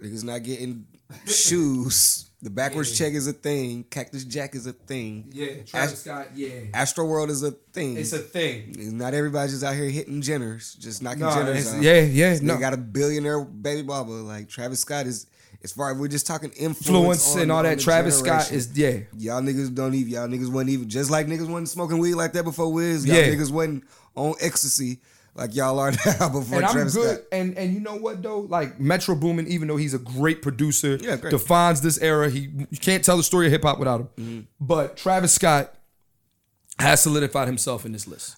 Speaker 4: Niggas not getting shoes. The backwards check is a thing. Cactus Jack is a thing.
Speaker 3: Yeah, Travis
Speaker 4: Ast-
Speaker 3: Scott. Yeah,
Speaker 4: Astro World is a thing.
Speaker 3: it's a thing.
Speaker 4: not everybody's just out here hitting Jenners, just knocking
Speaker 3: Nah,
Speaker 4: Jenners
Speaker 3: it's-
Speaker 4: out.
Speaker 3: yeah, yeah,
Speaker 4: This nigga
Speaker 3: no.
Speaker 4: got a billionaire baby baba. Like Travis Scott is, as far as we're just talking influence,
Speaker 3: Influence
Speaker 4: on-
Speaker 3: and all
Speaker 4: on
Speaker 3: that.
Speaker 4: the
Speaker 3: Travis Scott
Speaker 4: generation.
Speaker 3: is yeah.
Speaker 4: Y'all niggas don't even. Y'all niggas wasn't even. Just like niggas wasn't smoking weed like that before Wiz. Y'all
Speaker 3: Yeah.
Speaker 4: niggas wasn't on ecstasy like y'all are now before
Speaker 3: and I'm
Speaker 4: Travis
Speaker 3: good.
Speaker 4: Scott.
Speaker 3: And and you know what though, like Metro Boomin, even though he's a great producer,
Speaker 4: Yeah, great.
Speaker 3: defines this era. He you can't tell the story of hip hop without him. But Travis Scott has solidified himself in this list.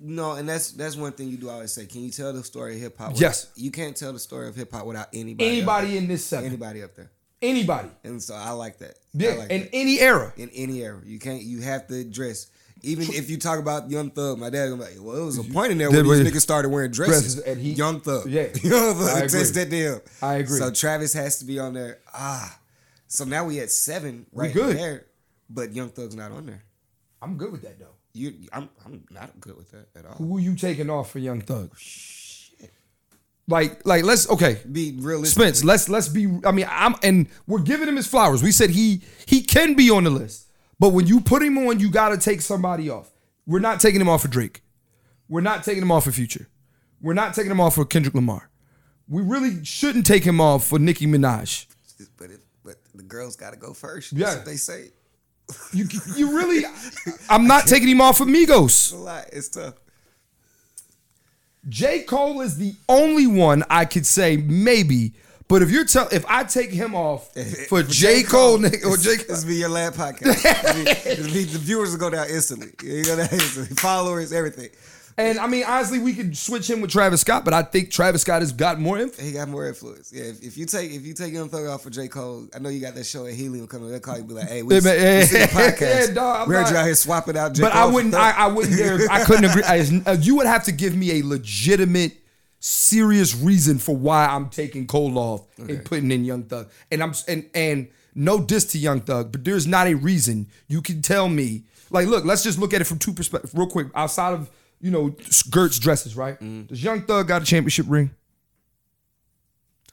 Speaker 4: No, and that's that's one thing you do always say. Can you tell the story of hip hop? without-
Speaker 3: Yes.
Speaker 4: You can't tell the story of hip hop without anybody. up
Speaker 3: Anybody in this
Speaker 4: there.
Speaker 3: seven,
Speaker 4: Anybody up there.
Speaker 3: anybody,
Speaker 4: And so I like that.
Speaker 3: yeah,
Speaker 4: I like
Speaker 3: in
Speaker 4: that.
Speaker 3: any era.
Speaker 4: in any era. You can't. You have to dress. Even if you talk about Young Thug, my dad's gonna be like, "Well, it was a point in there
Speaker 3: Did
Speaker 4: when these
Speaker 3: we-
Speaker 4: niggas started wearing dresses."
Speaker 3: Dresses, and he-
Speaker 4: Young Thug,
Speaker 3: Yeah.
Speaker 4: Young Thug
Speaker 3: I agree.
Speaker 4: tested them.
Speaker 3: I agree.
Speaker 4: So Travis has to be on there. Ah, so now we at seven right
Speaker 3: good.
Speaker 4: there, but Young Thug's not on there.
Speaker 3: I'm good with that though.
Speaker 4: You, I'm, I'm not good with that at all.
Speaker 3: Who you taking off for Young Thug? Like like let's okay.
Speaker 4: Be realistic.
Speaker 3: Spence, let's let's be. I mean, I'm and we're giving him his flowers. We said he he can be on the list, but when you put him on, you got to take somebody off. We're not taking him off for Drake. We're not taking him off for Future. We're not taking him off for Kendrick Lamar. We really shouldn't take him off for Nicki Minaj.
Speaker 4: but it, but the girls got to go first.
Speaker 3: Yeah.
Speaker 4: That's what they say.
Speaker 3: You you really, I'm not taking him off for Migos.
Speaker 4: It's a lot. It's tough.
Speaker 3: J. Cole is the only one I could say maybe. But if you're tell if I take him off for J. Cole, nigga, or J.
Speaker 4: This will be your last podcast. It'll be- it'll be- the viewers will go down instantly. You go down instantly. Followers, everything.
Speaker 3: And I mean, honestly, we could switch him with Travis Scott, but I think Travis Scott has got more influence.
Speaker 4: He got more influence. Yeah, if, if you take if you take Young Thug off for J Cole, I know you got that show at Helium coming. They'll call you and be like, "Hey, we,
Speaker 3: Yeah, man,
Speaker 4: we see the
Speaker 3: yeah.
Speaker 4: podcast.
Speaker 3: Yeah, dog, I'm
Speaker 4: we heard
Speaker 3: not-
Speaker 4: you out here swapping out J
Speaker 3: But
Speaker 4: Cole."
Speaker 3: I
Speaker 4: for
Speaker 3: wouldn't,
Speaker 4: Thug.
Speaker 3: I, I wouldn't dare, I couldn't agree. I, uh, you would have to give me a legitimate, serious reason for why I'm taking Cole off and putting in Young Thug. And I'm and and no diss to Young Thug, but there's not a reason you can tell me. Like, look, let's just look at it from two perspectives, real quick. Outside of you know skirts, dresses, right? Does Young Thug got a championship ring?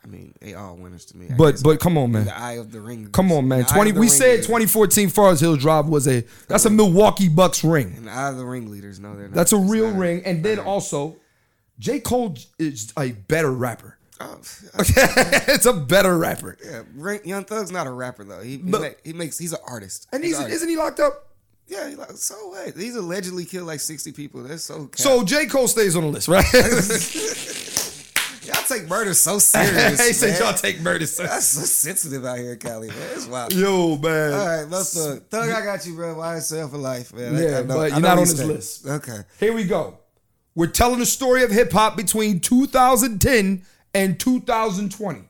Speaker 4: I mean, they all winners to me. I
Speaker 3: But
Speaker 4: guess.
Speaker 3: but come on, man.
Speaker 4: the eye of the ring.
Speaker 3: Come on, man.
Speaker 4: The eye
Speaker 3: Twenty.
Speaker 4: of the
Speaker 3: We
Speaker 4: ring
Speaker 3: said
Speaker 4: is-
Speaker 3: 2014 Forest Hills Drive was a that's a Milwaukee Bucks ring.
Speaker 4: And the eye of the ringleaders. No, they're not.
Speaker 3: That's a
Speaker 4: It's
Speaker 3: real
Speaker 4: not.
Speaker 3: ring. And then also, J. Cole is a better rapper.
Speaker 4: Oh,
Speaker 3: it's a better rapper.
Speaker 4: yeah, Ring- Young Thug's not a rapper though. He he,
Speaker 3: But-
Speaker 4: ma- he makes he's an artist.
Speaker 3: And
Speaker 4: an
Speaker 3: he's
Speaker 4: artist.
Speaker 3: isn't he locked up?
Speaker 4: Yeah, he like, so what? He's allegedly killed like 60 people. That's so cap.
Speaker 3: So J. Cole stays on the list, right?
Speaker 4: y'all take murder so serious.
Speaker 3: they said
Speaker 4: man.
Speaker 3: y'all take murder. serious.
Speaker 4: That's so sensitive out here in Cali, man. It's wild.
Speaker 3: Yo, man.
Speaker 4: All right, let's look. Thug, I got you, bro. YSL for life, man. I-
Speaker 3: Yeah,
Speaker 4: I know-
Speaker 3: but
Speaker 4: I
Speaker 3: you're
Speaker 4: know
Speaker 3: not on
Speaker 4: you
Speaker 3: his
Speaker 4: stay.
Speaker 3: list.
Speaker 4: Okay.
Speaker 3: Here we go. We're telling the story of hip hop between 2010 and 2020.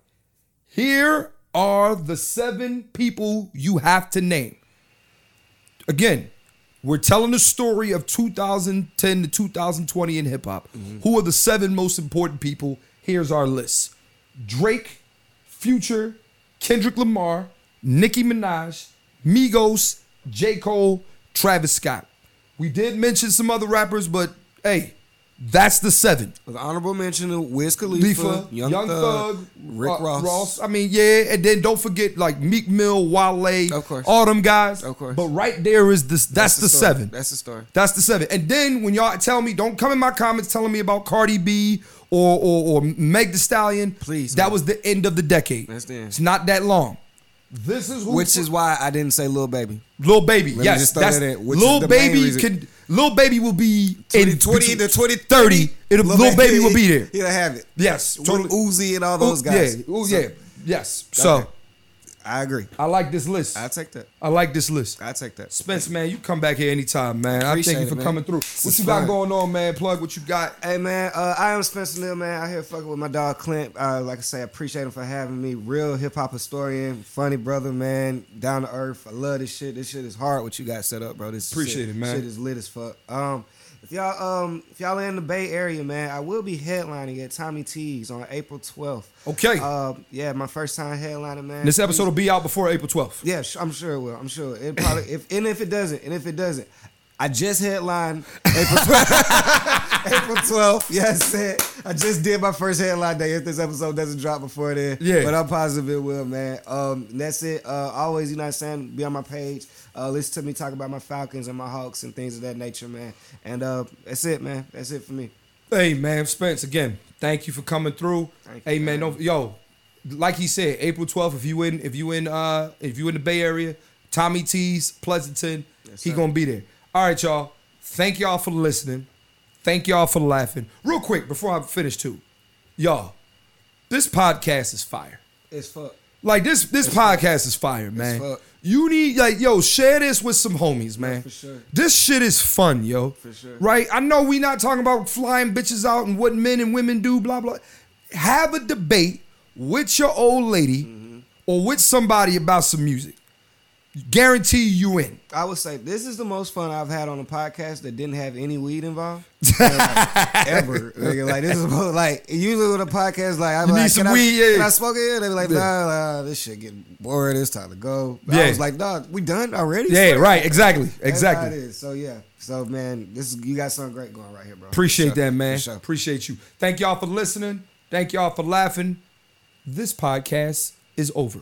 Speaker 3: Here are the seven people you have to name. Again, we're telling the story of 2010 to 2020 in hip hop. Who are the seven most important people? Here's our list Drake, Future, Kendrick Lamar, Nicki Minaj, Migos, J. Cole, Travis Scott. We did mention some other rappers, but hey, that's the seven.
Speaker 4: With honorable mention of Wiz Khalifa,
Speaker 3: Khalifa,
Speaker 4: Young, Thug, Rick
Speaker 3: uh,
Speaker 4: Ross.
Speaker 3: I mean, yeah, and then don't forget like Meek Mill, Wale,
Speaker 4: Of course.
Speaker 3: all them guys.
Speaker 4: Of course.
Speaker 3: But right there is this. That's, the,
Speaker 4: story.
Speaker 3: seven.
Speaker 4: That's the story.
Speaker 3: That's the seven. And then when y'all tell me, don't come in my comments telling me about Cardi B or or, or Meg The Stallion.
Speaker 4: Please,
Speaker 3: That
Speaker 4: man.
Speaker 3: was the end of the decade.
Speaker 4: That's the end.
Speaker 3: It's not that long. This is who
Speaker 4: Which is why I didn't say Lil Baby.
Speaker 3: Lil Baby.
Speaker 4: me
Speaker 3: yes,
Speaker 4: just throw
Speaker 3: that's
Speaker 4: that in, which
Speaker 3: Lil
Speaker 4: is the main
Speaker 3: Baby
Speaker 4: reason.
Speaker 3: can. Lil Baby will be
Speaker 4: 20,
Speaker 3: in
Speaker 4: 20 to 20,
Speaker 3: 30. It'll, Lil, Baby, will be there.
Speaker 4: He'll have it.
Speaker 3: Yes,
Speaker 4: With
Speaker 3: totally.
Speaker 4: Uzi and all those
Speaker 3: Ooh,
Speaker 4: guys.
Speaker 3: Yeah. Ooh,
Speaker 4: So,
Speaker 3: yeah. Yes. So
Speaker 4: Okay. I agree.
Speaker 3: I like this list.
Speaker 4: I take that.
Speaker 3: I like this list.
Speaker 4: I take that.
Speaker 3: Spence, man, you come back here anytime, man. I
Speaker 4: Appreciate
Speaker 3: thank you
Speaker 4: it,
Speaker 3: for
Speaker 4: man.
Speaker 3: coming through.
Speaker 4: This
Speaker 3: what
Speaker 4: is
Speaker 3: you got
Speaker 4: fun.
Speaker 3: going on, man? Plug what you got.
Speaker 4: Hey man, uh, I am Spencer Neal, man. Out here fucking with my dog Clint. Uh, like I say, I appreciate him for having me. Real hip hop historian, funny brother, man. Down to earth. I love this shit. This shit is hard. What you got set up, bro? This
Speaker 3: Appreciate
Speaker 4: shit,
Speaker 3: it, man.
Speaker 4: Shit is lit as fuck. Um, if y'all um if y'all in the Bay Area, man, I will be headlining at Tommy T's on April twelfth.
Speaker 3: Okay.
Speaker 4: Um, yeah, my first time headlining, man.
Speaker 3: This episode will be out before April 12th.
Speaker 4: Yeah, sh- I'm sure it will. I'm sure it probably. If and if it doesn't, and if it doesn't, I just headlined April 12th. April 12th. Yes, it. I just did my first headline day. If this episode doesn't drop before then,
Speaker 3: Yeah.
Speaker 4: but I'm positive it will, man. Um, and that's it. Uh, always, you know, what I'm saying, be on my page. Uh, listen to me talk about my Falcons and my Hawks and things of that nature, man. And uh, that's it, man. That's it for me.
Speaker 3: Hey, man, Spence, again, thank you for coming through.
Speaker 4: Thank
Speaker 3: hey,
Speaker 4: you,
Speaker 3: man,
Speaker 4: man.
Speaker 3: don't- yo, like he said, April 12th. If you in, if you in, uh, if you in the Bay Area, Tommy T's, Pleasanton, he
Speaker 4: sir.
Speaker 3: gonna be there. All right, y'all. Thank y'all for listening. Thank y'all for laughing. Real quick before I finish, too, y'all, this podcast is fire.
Speaker 4: It's fuck.
Speaker 3: Like this this podcast is fire, man.
Speaker 4: fuck.
Speaker 3: You need like yo, share this with some homies, man.
Speaker 4: for sure.
Speaker 3: This shit is fun, yo.
Speaker 4: For sure.
Speaker 3: Right? I know we not talking about flying bitches out and what men and women do, blah blah. Have a debate with your old lady
Speaker 4: Mm-hmm.
Speaker 3: or with somebody about some music. Guarantee you in.
Speaker 4: I would say this is the most fun I've had on a podcast that didn't have any weed involved Like, ever. Nigga, like this is about, like usually with a podcast like I'm
Speaker 3: You need
Speaker 4: like,
Speaker 3: some
Speaker 4: can,
Speaker 3: weed,
Speaker 4: I,
Speaker 3: yeah."
Speaker 4: can I smoke it? They be like,
Speaker 3: Yeah.
Speaker 4: nah, nah, this shit getting boring. It's time to go. But
Speaker 3: Yeah.
Speaker 4: I was like, dog, we done already.
Speaker 3: Yeah,
Speaker 4: Fuck.
Speaker 3: right, exactly.
Speaker 4: That's how
Speaker 3: Exactly.
Speaker 4: it is. So yeah. So man, this is, you got something great going right here, bro.
Speaker 3: Appreciate
Speaker 4: For sure.
Speaker 3: that, man.
Speaker 4: For sure.
Speaker 3: Appreciate you. Thank y'all for listening. Thank y'all for laughing. This podcast is over.